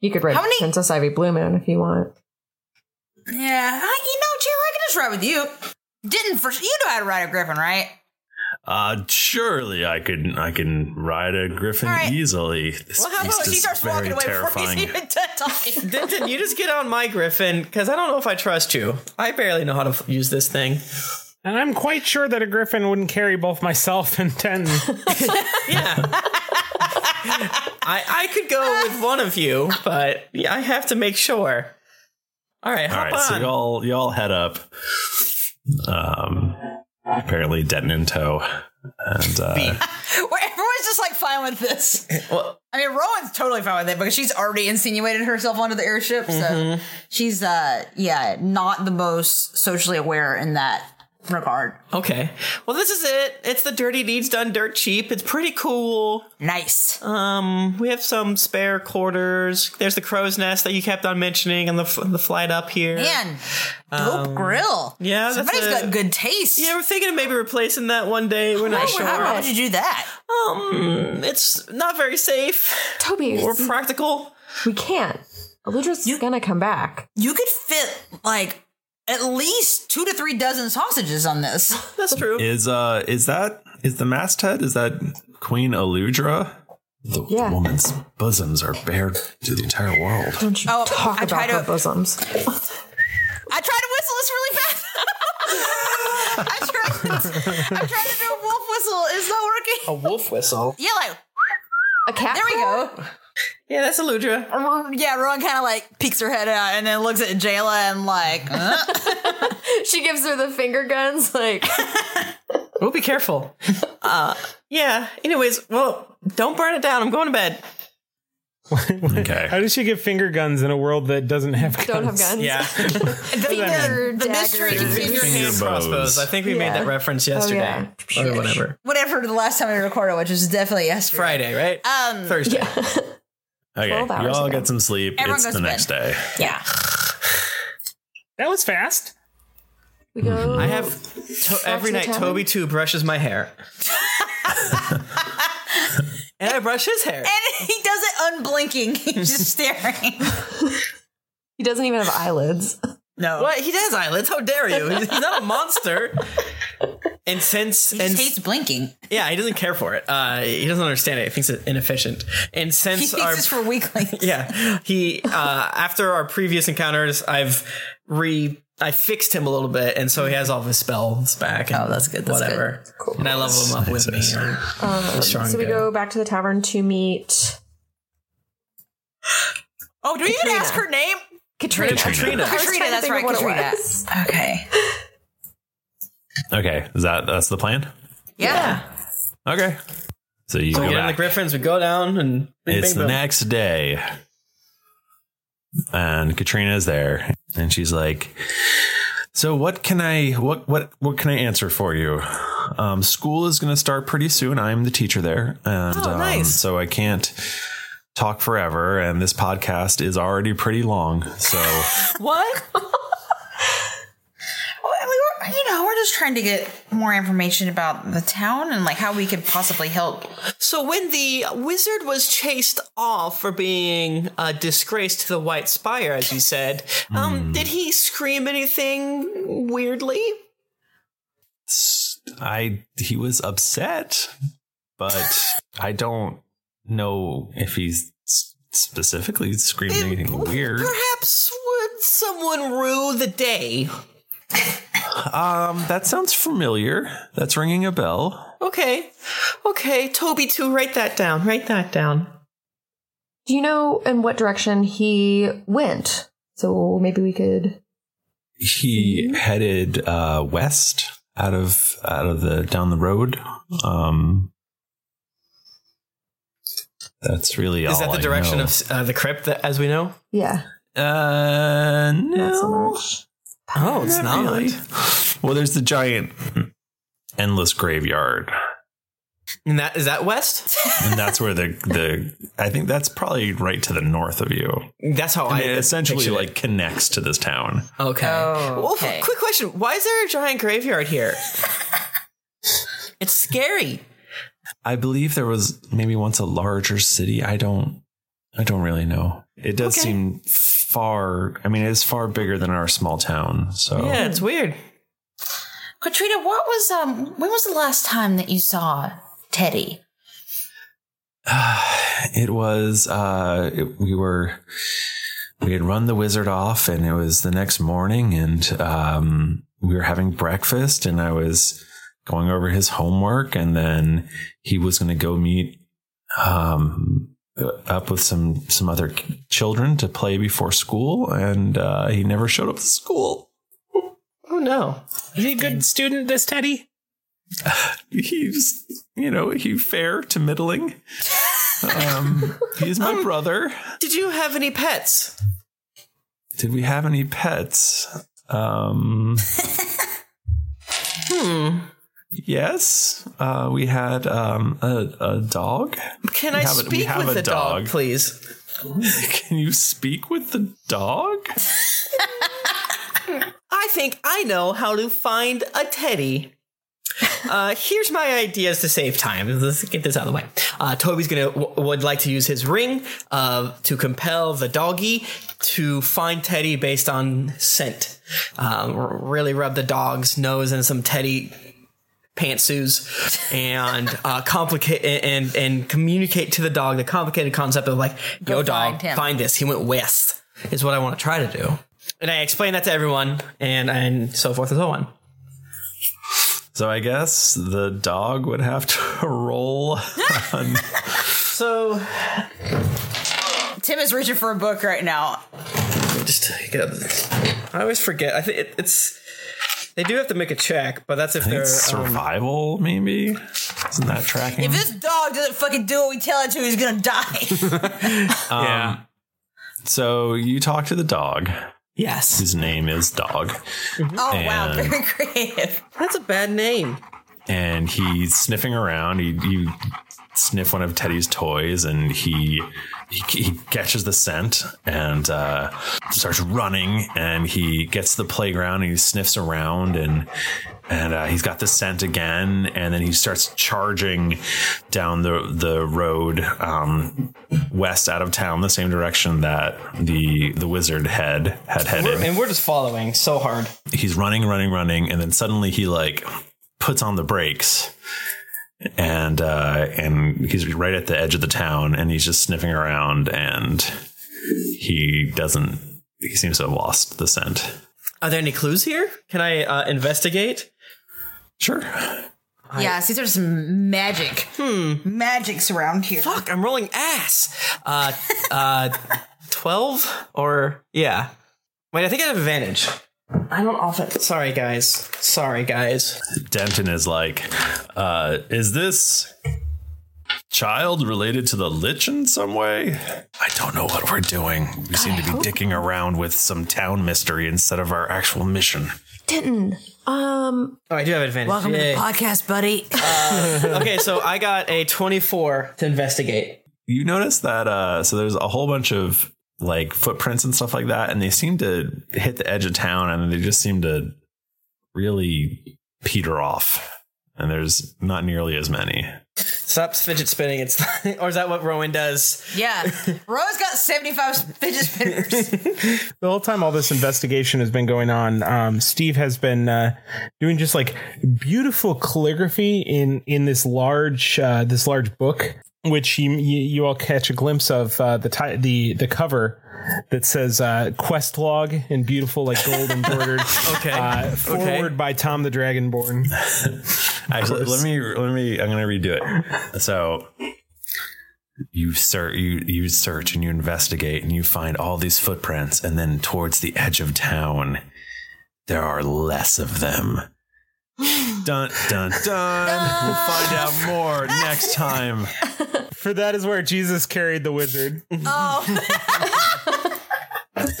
[SPEAKER 5] you could write
[SPEAKER 3] How many-
[SPEAKER 5] Princess Ivy Blue Moon if you want.
[SPEAKER 3] Yeah, I, you know, Jayla, I can just ride with you. Didn't for you know how to ride a griffin, right?
[SPEAKER 1] Uh, surely I can I can ride a griffin
[SPEAKER 3] All right.
[SPEAKER 1] easily. This
[SPEAKER 3] well, how
[SPEAKER 1] beast
[SPEAKER 3] about she
[SPEAKER 1] is
[SPEAKER 3] starts walking
[SPEAKER 1] very
[SPEAKER 3] away
[SPEAKER 1] terrifying.
[SPEAKER 3] before he's even done talking?
[SPEAKER 4] Denton, you just get on my griffin because I don't know if I trust you. I barely know how to f- use this thing.
[SPEAKER 2] And I'm quite sure that a griffin wouldn't carry both myself and Denton.
[SPEAKER 4] I, I could go with one of you, but yeah, I have to make sure. All right,
[SPEAKER 1] All
[SPEAKER 4] hop
[SPEAKER 1] right, so
[SPEAKER 4] on.
[SPEAKER 1] y'all y'all head up. Um, apparently Denton in tow, and uh,
[SPEAKER 3] Where everyone's just like fine with this.
[SPEAKER 4] Well,
[SPEAKER 3] I mean, Rowan's totally fine with it because she's already insinuated herself onto the airship, so
[SPEAKER 4] Mhm.
[SPEAKER 3] she's uh yeah not the most socially aware in that regard.
[SPEAKER 4] Okay. Well, this is it. It's the Dirty Deeds Done Dirt Cheap. It's pretty cool.
[SPEAKER 3] Nice.
[SPEAKER 4] Um, we have some spare quarters. There's the crow's nest that you kept on mentioning on the f- the flight up here.
[SPEAKER 3] Man, dope
[SPEAKER 4] Um,
[SPEAKER 3] grill.
[SPEAKER 4] Yeah,
[SPEAKER 3] somebody's got good taste.
[SPEAKER 4] Yeah, we're thinking of maybe replacing that one day. We're not
[SPEAKER 3] Oh,
[SPEAKER 4] sure.
[SPEAKER 3] how- how did you do that?
[SPEAKER 4] Um, it's not very safe.
[SPEAKER 5] Toby,
[SPEAKER 4] we're practical.
[SPEAKER 5] We can't. Eludra's gonna come back.
[SPEAKER 3] You could fit like at least two to three dozen sausages on this.
[SPEAKER 4] That's true.
[SPEAKER 1] is uh is that is the masthead? Is that Queen Eludra? The
[SPEAKER 5] Yeah.
[SPEAKER 1] woman's bosoms are bared to the entire world.
[SPEAKER 5] Don't you
[SPEAKER 3] Oh,
[SPEAKER 5] talk
[SPEAKER 3] I
[SPEAKER 5] about
[SPEAKER 3] try
[SPEAKER 5] her
[SPEAKER 3] to-
[SPEAKER 5] bosoms.
[SPEAKER 3] I tried to whistle this really fast. I tried, to, I tried to do a wolf whistle. It's not working.
[SPEAKER 4] A wolf whistle.
[SPEAKER 3] Yeah, like
[SPEAKER 5] a cat.
[SPEAKER 3] There we go.
[SPEAKER 4] Yeah, that's Eludra.
[SPEAKER 3] Yeah, Rowan kind of like peeks her head out and then looks at Jayla and like, uh,
[SPEAKER 5] She gives her the finger guns, like
[SPEAKER 4] We'll be careful. uh, yeah. Anyways, well, don't burn it down. I'm going to bed.
[SPEAKER 1] okay.
[SPEAKER 2] How does she get finger guns in a world that doesn't have guns?
[SPEAKER 5] Don't have guns.
[SPEAKER 4] Yeah.
[SPEAKER 3] the, the, the mystery
[SPEAKER 5] daggers.
[SPEAKER 3] continues.
[SPEAKER 4] Finger
[SPEAKER 2] bows.
[SPEAKER 4] crossbows. I think we
[SPEAKER 5] Yeah.
[SPEAKER 4] made that reference
[SPEAKER 5] Oh,
[SPEAKER 4] yesterday or whatever.
[SPEAKER 3] Whatever the last time I recorded, which was definitely yesterday.
[SPEAKER 4] Friday, right?
[SPEAKER 3] Um,
[SPEAKER 4] Thursday.
[SPEAKER 1] Okay,
[SPEAKER 5] 12 hours
[SPEAKER 1] y'all
[SPEAKER 5] ago.
[SPEAKER 1] get some sleep.
[SPEAKER 3] Everyone
[SPEAKER 1] it's
[SPEAKER 3] goes
[SPEAKER 1] the
[SPEAKER 3] to bed.
[SPEAKER 1] next day.
[SPEAKER 3] Yeah.
[SPEAKER 2] That was fast.
[SPEAKER 5] we go.
[SPEAKER 4] I have to- every
[SPEAKER 5] the
[SPEAKER 4] night.
[SPEAKER 5] tavern?
[SPEAKER 4] Toby too brushes my hair, and I brush his hair.
[SPEAKER 3] And he does it unblinking. He's just staring.
[SPEAKER 5] He doesn't even have eyelids.
[SPEAKER 3] No.
[SPEAKER 4] What he has eyelids? How dare you? He's he's not a monster. And since
[SPEAKER 3] He
[SPEAKER 4] and
[SPEAKER 3] just hates blinking.
[SPEAKER 4] yeah, he doesn't care for it. Uh, he doesn't understand it. He thinks it inefficient. And
[SPEAKER 3] He
[SPEAKER 4] since
[SPEAKER 3] thinks
[SPEAKER 4] our
[SPEAKER 3] it's for weaklings.
[SPEAKER 4] yeah he uh after our previous encounters i've re i fixed him a little bit and so he has all of his spells back and
[SPEAKER 3] Oh, that's good, that's
[SPEAKER 4] whatever and i level him up with me
[SPEAKER 5] Um,
[SPEAKER 4] strong
[SPEAKER 5] so we
[SPEAKER 4] guy.
[SPEAKER 5] go back to the tavern to meet
[SPEAKER 3] Oh, do we even
[SPEAKER 5] Katrina.
[SPEAKER 3] ask her name?
[SPEAKER 5] Katrina.
[SPEAKER 4] Katrina.
[SPEAKER 5] I was
[SPEAKER 3] Katrina,
[SPEAKER 5] trying to
[SPEAKER 3] that's
[SPEAKER 5] think of
[SPEAKER 3] right,
[SPEAKER 5] what it
[SPEAKER 3] Katrina.
[SPEAKER 5] was.
[SPEAKER 3] Okay.
[SPEAKER 1] Okay, is that that's the plan?
[SPEAKER 3] Yeah.
[SPEAKER 1] Okay. So you
[SPEAKER 4] so we
[SPEAKER 1] go
[SPEAKER 4] get in the
[SPEAKER 1] back.
[SPEAKER 4] griffins we go down and bing,
[SPEAKER 1] it's
[SPEAKER 4] bing,
[SPEAKER 1] the
[SPEAKER 4] boom.
[SPEAKER 1] next day. And Katrina's there and she's like, "So what can I what what what can I answer for you? Um school is going to start pretty soon. I am the teacher there and
[SPEAKER 4] Oh,
[SPEAKER 1] um,
[SPEAKER 4] nice.
[SPEAKER 1] so I can't talk forever and this podcast is already pretty long. So
[SPEAKER 4] what
[SPEAKER 3] Well, we were, you know, we're just trying to get more information about the town and like how we could possibly help.
[SPEAKER 4] so when the wizard was chased off for being a disgrace to the white spire as you said
[SPEAKER 1] Hmm.
[SPEAKER 4] um did he scream anything weirdly
[SPEAKER 1] I he was upset, but I don't know if he's s- specifically screaming anything weird.
[SPEAKER 4] perhaps would someone rue the day
[SPEAKER 1] Um, that sounds familiar. That's ringing a bell.
[SPEAKER 4] Okay. Okay, Toby too, write that down. Write that down.
[SPEAKER 5] Do you know in what direction he went? So maybe we could.
[SPEAKER 1] He headed uh, west out of out of the down the road. Um, that's really
[SPEAKER 4] Is
[SPEAKER 1] all
[SPEAKER 4] that the
[SPEAKER 1] I
[SPEAKER 4] direction
[SPEAKER 1] know.
[SPEAKER 4] of uh, the crypt that, as we know?
[SPEAKER 5] Yeah,
[SPEAKER 1] Uh, no.
[SPEAKER 5] not so much.
[SPEAKER 4] Oh, it's not.
[SPEAKER 1] really. Well, there's the giant endless graveyard.
[SPEAKER 4] And that is that west?
[SPEAKER 1] and that's where the the I think that's probably right to the north of you.
[SPEAKER 4] That's how I,
[SPEAKER 1] I mean, it essentially
[SPEAKER 4] pictured it.
[SPEAKER 1] like connects to this town.
[SPEAKER 4] Okay.
[SPEAKER 3] Oh,
[SPEAKER 4] Oh,
[SPEAKER 3] okay.
[SPEAKER 4] quick question. Why is there a giant graveyard here? it's scary.
[SPEAKER 1] I believe there was maybe once a larger city. I don't I don't really know. It does
[SPEAKER 4] Okay.
[SPEAKER 1] seem far I mean it's far bigger than our small town. So
[SPEAKER 4] Yeah, it's weird.
[SPEAKER 3] Katrina, what was um when was the last time that you saw Teddy?
[SPEAKER 1] it was uh it- we were we had run the wizard off and it was the next morning and um we were having breakfast and I was going over his homework and then he was going to go meet um uh, up with some some other k- children to play before school and uh he never showed up to school
[SPEAKER 4] Oh no.
[SPEAKER 2] Is he a good student, this Teddy?
[SPEAKER 1] he's you know he fair to middling um he's my brother
[SPEAKER 4] Did you have any pets?
[SPEAKER 1] Did we have any pets? Um,
[SPEAKER 4] Hmm.
[SPEAKER 1] yes, uh, we had um, a, a dog.
[SPEAKER 4] Can
[SPEAKER 1] We
[SPEAKER 4] I
[SPEAKER 1] have a- we
[SPEAKER 4] speak
[SPEAKER 1] have
[SPEAKER 4] with
[SPEAKER 1] a
[SPEAKER 4] the dog, please?
[SPEAKER 1] Can you speak with the dog?
[SPEAKER 4] I think I know how to find a teddy. Uh, here's my ideas to save time. Let's get this out of the way. Uh, Toby's gonna w- would like to use his ring uh, to compel the doggy to find Teddy based on scent. Um, r- really rub the dog's nose in some Teddy pantsuits and uh, complicate and and communicate to the dog the complicated concept of like, yo, dog,
[SPEAKER 3] find him."
[SPEAKER 4] find this. He went west is what I want to try to do. And I explain that to everyone, and and so forth and so on.
[SPEAKER 1] So I guess the dog would have to roll. On.
[SPEAKER 4] so
[SPEAKER 3] Tim is reaching for a book right now.
[SPEAKER 4] Just get out of this. I always forget. I think it, it's they do have to make a check, but that's if they're
[SPEAKER 1] It's
[SPEAKER 4] um,
[SPEAKER 1] survival, maybe. Isn't that tracking?
[SPEAKER 3] If this dog doesn't fucking do what we tell it to, he's gonna die.
[SPEAKER 1] yeah. Um, So you talk to the dog.
[SPEAKER 4] Yes.
[SPEAKER 1] His name is Dog.
[SPEAKER 3] oh wow,
[SPEAKER 1] And-
[SPEAKER 3] very creative.
[SPEAKER 4] That's a bad name.
[SPEAKER 1] and he's sniffing around. He, you sniff one of Teddy's toys, and he he, he catches the scent and uh, starts running. And he gets to the playground and he sniffs around, and and uh, he's got the scent again. And then he starts charging down the the road um, west out of town, the same direction that the the wizard head had headed
[SPEAKER 4] and we're just following so hard.
[SPEAKER 1] he's running, running, running, and then suddenly he like puts on the brakes, and uh, and he's right at the edge of the town, and he's just sniffing around, and he doesn't. He seems to have lost the scent.
[SPEAKER 4] Are there any clues here? Can I uh, investigate?
[SPEAKER 1] Sure.
[SPEAKER 3] yeah, see there's some magic. Hmm. Magic's around here.
[SPEAKER 4] Fuck, I'm rolling ass. Uh, uh, twelve or yeah. Wait, I think I have advantage. I don't often. Sorry, guys. Sorry, guys.
[SPEAKER 1] Denton is like, uh, is this child related to the lich in some way? I don't know what we're doing. We seem to be dicking around with some town mystery instead of our actual mission.
[SPEAKER 5] Denton. Um.
[SPEAKER 4] Oh, I do have advantage.
[SPEAKER 5] Welcome to the
[SPEAKER 4] Yay.
[SPEAKER 3] Podcast, buddy.
[SPEAKER 4] Uh, okay, so I got a 24 to investigate.
[SPEAKER 1] you notice that uh so there's a whole bunch of like footprints and stuff like that and they seem to hit the edge of town and they just seem to really peter off and there's not nearly as many
[SPEAKER 4] Stop fidget spinning. It's or is that what Rowan does?
[SPEAKER 3] Yeah. Rose got 75 fidget spinners.
[SPEAKER 2] The whole time all this investigation has been going on, um, Steve has been uh, doing just like beautiful calligraphy in in this large uh, this large book, which he, you, you all catch a glimpse of uh, the ti- the the cover that says uh, quest log in beautiful like gold embroidered.
[SPEAKER 4] Okay.
[SPEAKER 2] Uh, forward by Tom the Dragonborn.
[SPEAKER 1] Actually, let me let me. I'm gonna redo it. So you search, you you search, and you investigate, and you find all these footprints, and then towards the edge of town, there are less of them. dun dun dun. we'll find out more next time.
[SPEAKER 2] For that is where Jesus carried the wizard.
[SPEAKER 3] Oh.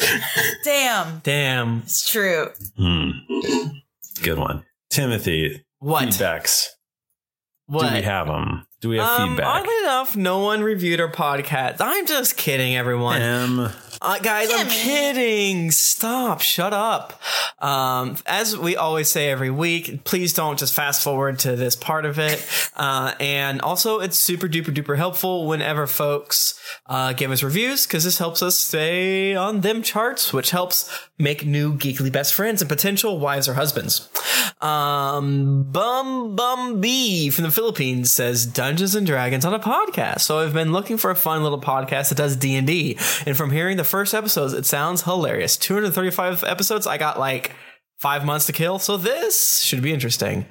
[SPEAKER 3] Damn.
[SPEAKER 4] Damn.
[SPEAKER 3] It's true.
[SPEAKER 1] Hmm. Good one, Timothy.
[SPEAKER 4] What
[SPEAKER 1] feedbacks?
[SPEAKER 4] What?
[SPEAKER 1] do we have them? Do we have
[SPEAKER 4] Um,
[SPEAKER 1] feedback?
[SPEAKER 4] Oddly enough, no one reviewed our podcast. I'm just kidding, everyone.
[SPEAKER 1] Um,
[SPEAKER 4] Uh, guys, I'm kidding. Stop. Shut up. Um, as we always say every week, please don't just fast forward to this part of it. Uh, and also, it's super duper duper helpful whenever folks uh, give us reviews because this helps us stay on them charts, which helps make new geekly best friends and potential wives or husbands. Um, Bum Bum B from the Philippines says Dungeons and Dragons on a podcast. So I've been looking for a fun little podcast that does D and D, and from hearing the first episodes, it sounds hilarious. Two hundred thirty-five episodes. I got like five months to kill, so this should be interesting.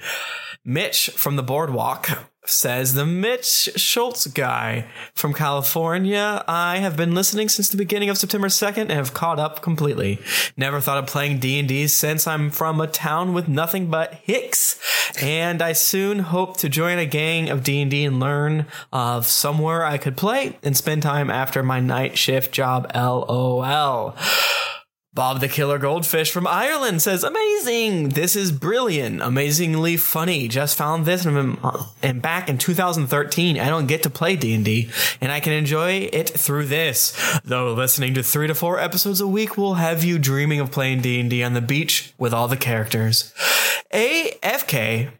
[SPEAKER 4] Mitch from the Boardwalk says the Mitch Schultz guy from California. I have been listening since the beginning of September 2nd and have caught up completely. Never thought of playing D&D since I'm from a town with nothing but hicks and I soon hope to join a gang of D&D and learn of somewhere I could play and spend time after my night shift job. LOL. Bob the Killer Goldfish from Ireland says, Amazing! This is brilliant, amazingly funny. Just found this and, and back in 2013. I don't get to play D&D and I can enjoy it through this. Though listening to three to four episodes a week will have you dreaming of playing D&D on the beach with all the characters. AFK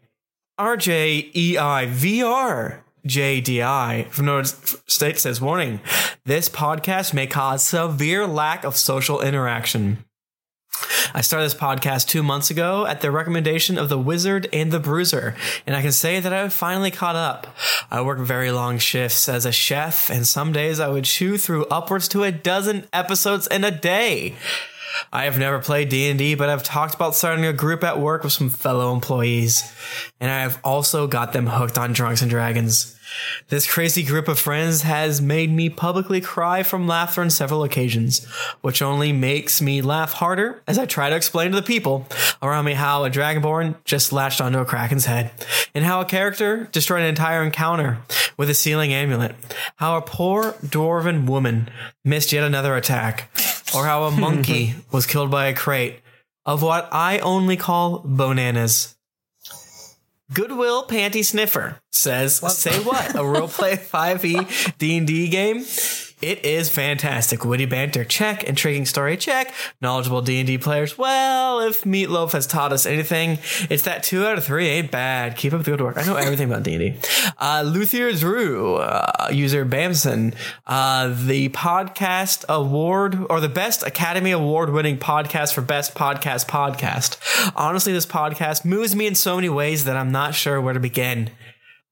[SPEAKER 4] E RJEIVR JDI from North State says warning. This podcast may cause severe lack of social interaction. I started this podcast two months ago at the recommendation of the Wizard and the Bruiser, and I can say that I've finally caught up. I work very long shifts as a chef, and some days I would chew through upwards to a dozen episodes in a day. I have never played D&D, but I've talked about starting a group at work with some fellow employees, and I have also got them hooked on Drunks and Dragons. This crazy group of friends has made me publicly cry from laughter on several occasions, which only makes me laugh harder as I try to explain to the people around me how a dragonborn just latched onto a kraken's head, and how a character destroyed an entire encounter with a sealing amulet, how a poor dwarven woman missed yet another attack, or how a monkey was killed by a crate of what I only call bananas. Goodwill Panty Sniffer says, "Say what? A roleplay 5e D&D game? It is fantastic. Witty banter, check. Intriguing story, check. Knowledgeable D&D players, well, if Meatloaf has taught us anything, it's that two out of three ain't bad. Keep up the good work. I know everything about D&D. Uh, Luthier Drew, uh, user Bamson, uh, the podcast award or the best Academy Award winning podcast for best podcast podcast. Honestly, this podcast moves me in so many ways that I'm not sure where to begin.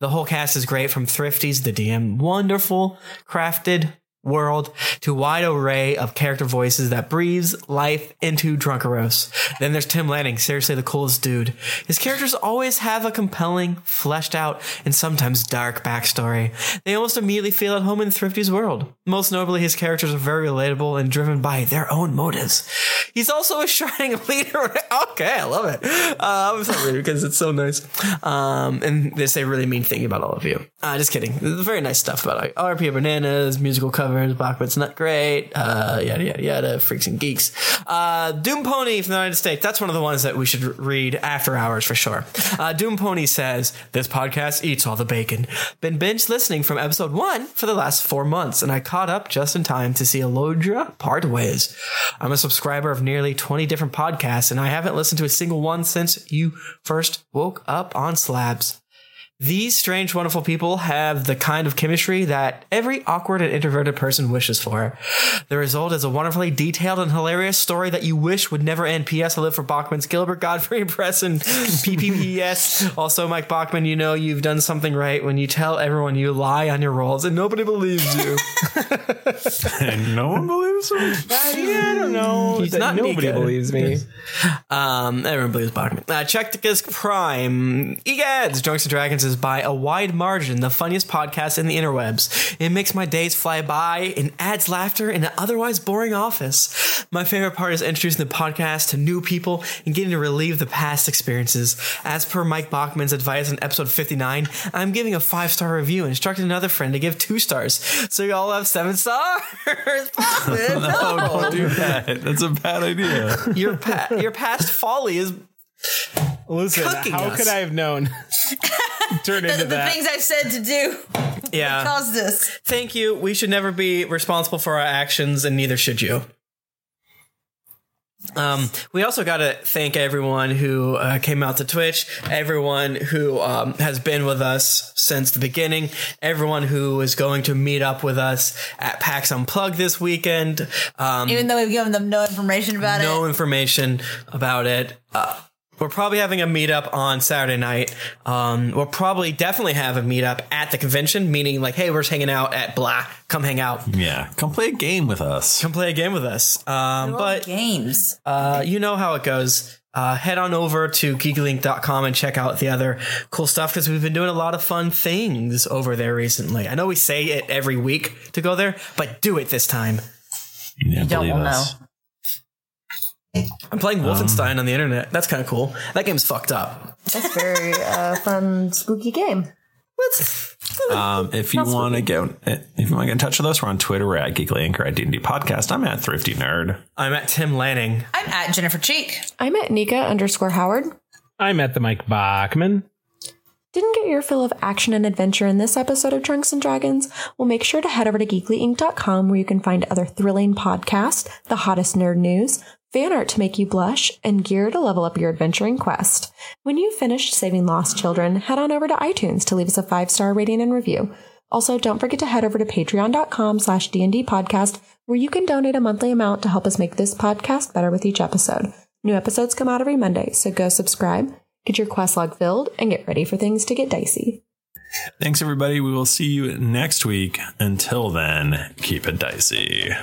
[SPEAKER 4] The whole cast is great from Thrifties, the DM, wonderful, crafted world to wide array of character voices that breathes life into Drunkaros. Then there's Tim Lanning, seriously the coolest dude. His characters always have a compelling, fleshed out, and sometimes dark backstory. They almost immediately feel at home in Thrifty's world. Most notably, his characters are very relatable and driven by their own motives. He's also a shining leader. okay, I love it. Uh, I'm sorry because it's so nice. Um, and they say really mean thing about all of you. Uh, just kidding. Very nice stuff about like, RP Bananas, musical covers, Bachman's Not Great, uh, yada, yada, yada, Freaks and Geeks. Uh, Doom Pony from the United States. That's one of the ones that we should read after hours for sure. Uh, Doom Pony says, This podcast eats all the bacon. Been binge listening from episode one for the last four months, and I caught up just in time to see Elodra part ways. I'm a subscriber of nearly 20 different podcasts, and I haven't listened to a single one since you first woke up on slabs. These strange, wonderful people have the kind of chemistry that every awkward and introverted person wishes for. The result is a wonderfully detailed and hilarious story that you wish would never end. P.S. I live for Bachman's Gilbert Godfrey Press and PPPS. E also, Mike Bachman, you know you've done something right when you tell everyone you lie on your rolls and nobody believes you.
[SPEAKER 1] and no one believes him.
[SPEAKER 2] I don't know.
[SPEAKER 4] He's
[SPEAKER 2] that
[SPEAKER 4] not
[SPEAKER 2] nobody
[SPEAKER 4] Mika.
[SPEAKER 2] believes me.
[SPEAKER 4] Um, everyone believes Bachman. Uh, Checkdisc Prime. Egads! Drunks and Dragons is by a wide margin the funniest podcast in the interwebs. It makes my days fly by and adds laughter in an otherwise boring office. My favorite part is introducing the podcast to new people and getting to relive the past experiences. As per Mike Bachman's advice in episode 59, I'm giving a five star review and instructing another friend to give two stars. So you all have seven stars. Bachman,
[SPEAKER 1] no,
[SPEAKER 4] no.
[SPEAKER 1] don't do that. That's a bad idea.
[SPEAKER 4] Your pa- your past folly is
[SPEAKER 2] Listen,
[SPEAKER 4] Cooking
[SPEAKER 2] how
[SPEAKER 4] us.
[SPEAKER 2] could I have known? Turn into
[SPEAKER 3] the
[SPEAKER 2] that.
[SPEAKER 3] things I said to do.
[SPEAKER 4] Yeah.
[SPEAKER 3] How's this?
[SPEAKER 4] Thank you. We should never be responsible for our actions, and neither should you. Um, we also got to thank everyone who uh, came out to Twitch, everyone who um, has been with us since the beginning, everyone who is going to meet up with us at PAX Unplugged this weekend. Um,
[SPEAKER 3] Even though we've given them no information about it.
[SPEAKER 4] no information about it. Uh, we're probably having a meetup on Saturday night. Um, we'll probably definitely have a meetup at the convention, meaning like, hey, we're just hanging out at blah. Come hang out.
[SPEAKER 1] Yeah, come play a game with us.
[SPEAKER 4] Come play a game with us. Um, but
[SPEAKER 3] games.
[SPEAKER 4] Uh, you know how it goes. Uh, head on over to geeklink.com and check out the other cool stuff because we've been doing a lot of fun things over there recently. I know we say it every week to go there, but do it this time.
[SPEAKER 1] You
[SPEAKER 3] don't believe us.
[SPEAKER 4] I'm playing Wolfenstein on the internet. That's kind of cool. That game's fucked up.
[SPEAKER 5] That's very uh, fun, spooky game.
[SPEAKER 1] Um, if you want to go, if you want to get in touch with us, we're on Twitter. We're at Geekly Inc. or at D&D Podcast. I'm at Thrifty Nerd.
[SPEAKER 4] I'm at Tim Lanning.
[SPEAKER 3] I'm at Jennifer Cheek.
[SPEAKER 5] I'm at Nika underscore Howard.
[SPEAKER 2] I'm at the Mike Bachman.
[SPEAKER 5] Didn't get your fill of action and adventure in this episode of Drunks and Dragons? Well, make sure to head over to geeklyinc.com where you can find other thrilling podcasts, the hottest nerd news, fan art to make you blush, and gear to level up your adventuring quest. When you've finished saving lost children, head on over to iTunes to leave us a five-star rating and review. Also, don't forget to head over to patreon.com slash D&D podcast where you can donate a monthly amount to help us make this podcast better with each episode. New episodes come out every Monday, so go subscribe, get your quest log filled, and get ready for things to get dicey.
[SPEAKER 1] Thanks, everybody. We will see you next week. Until then, keep it dicey.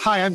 [SPEAKER 10] Hi, I'm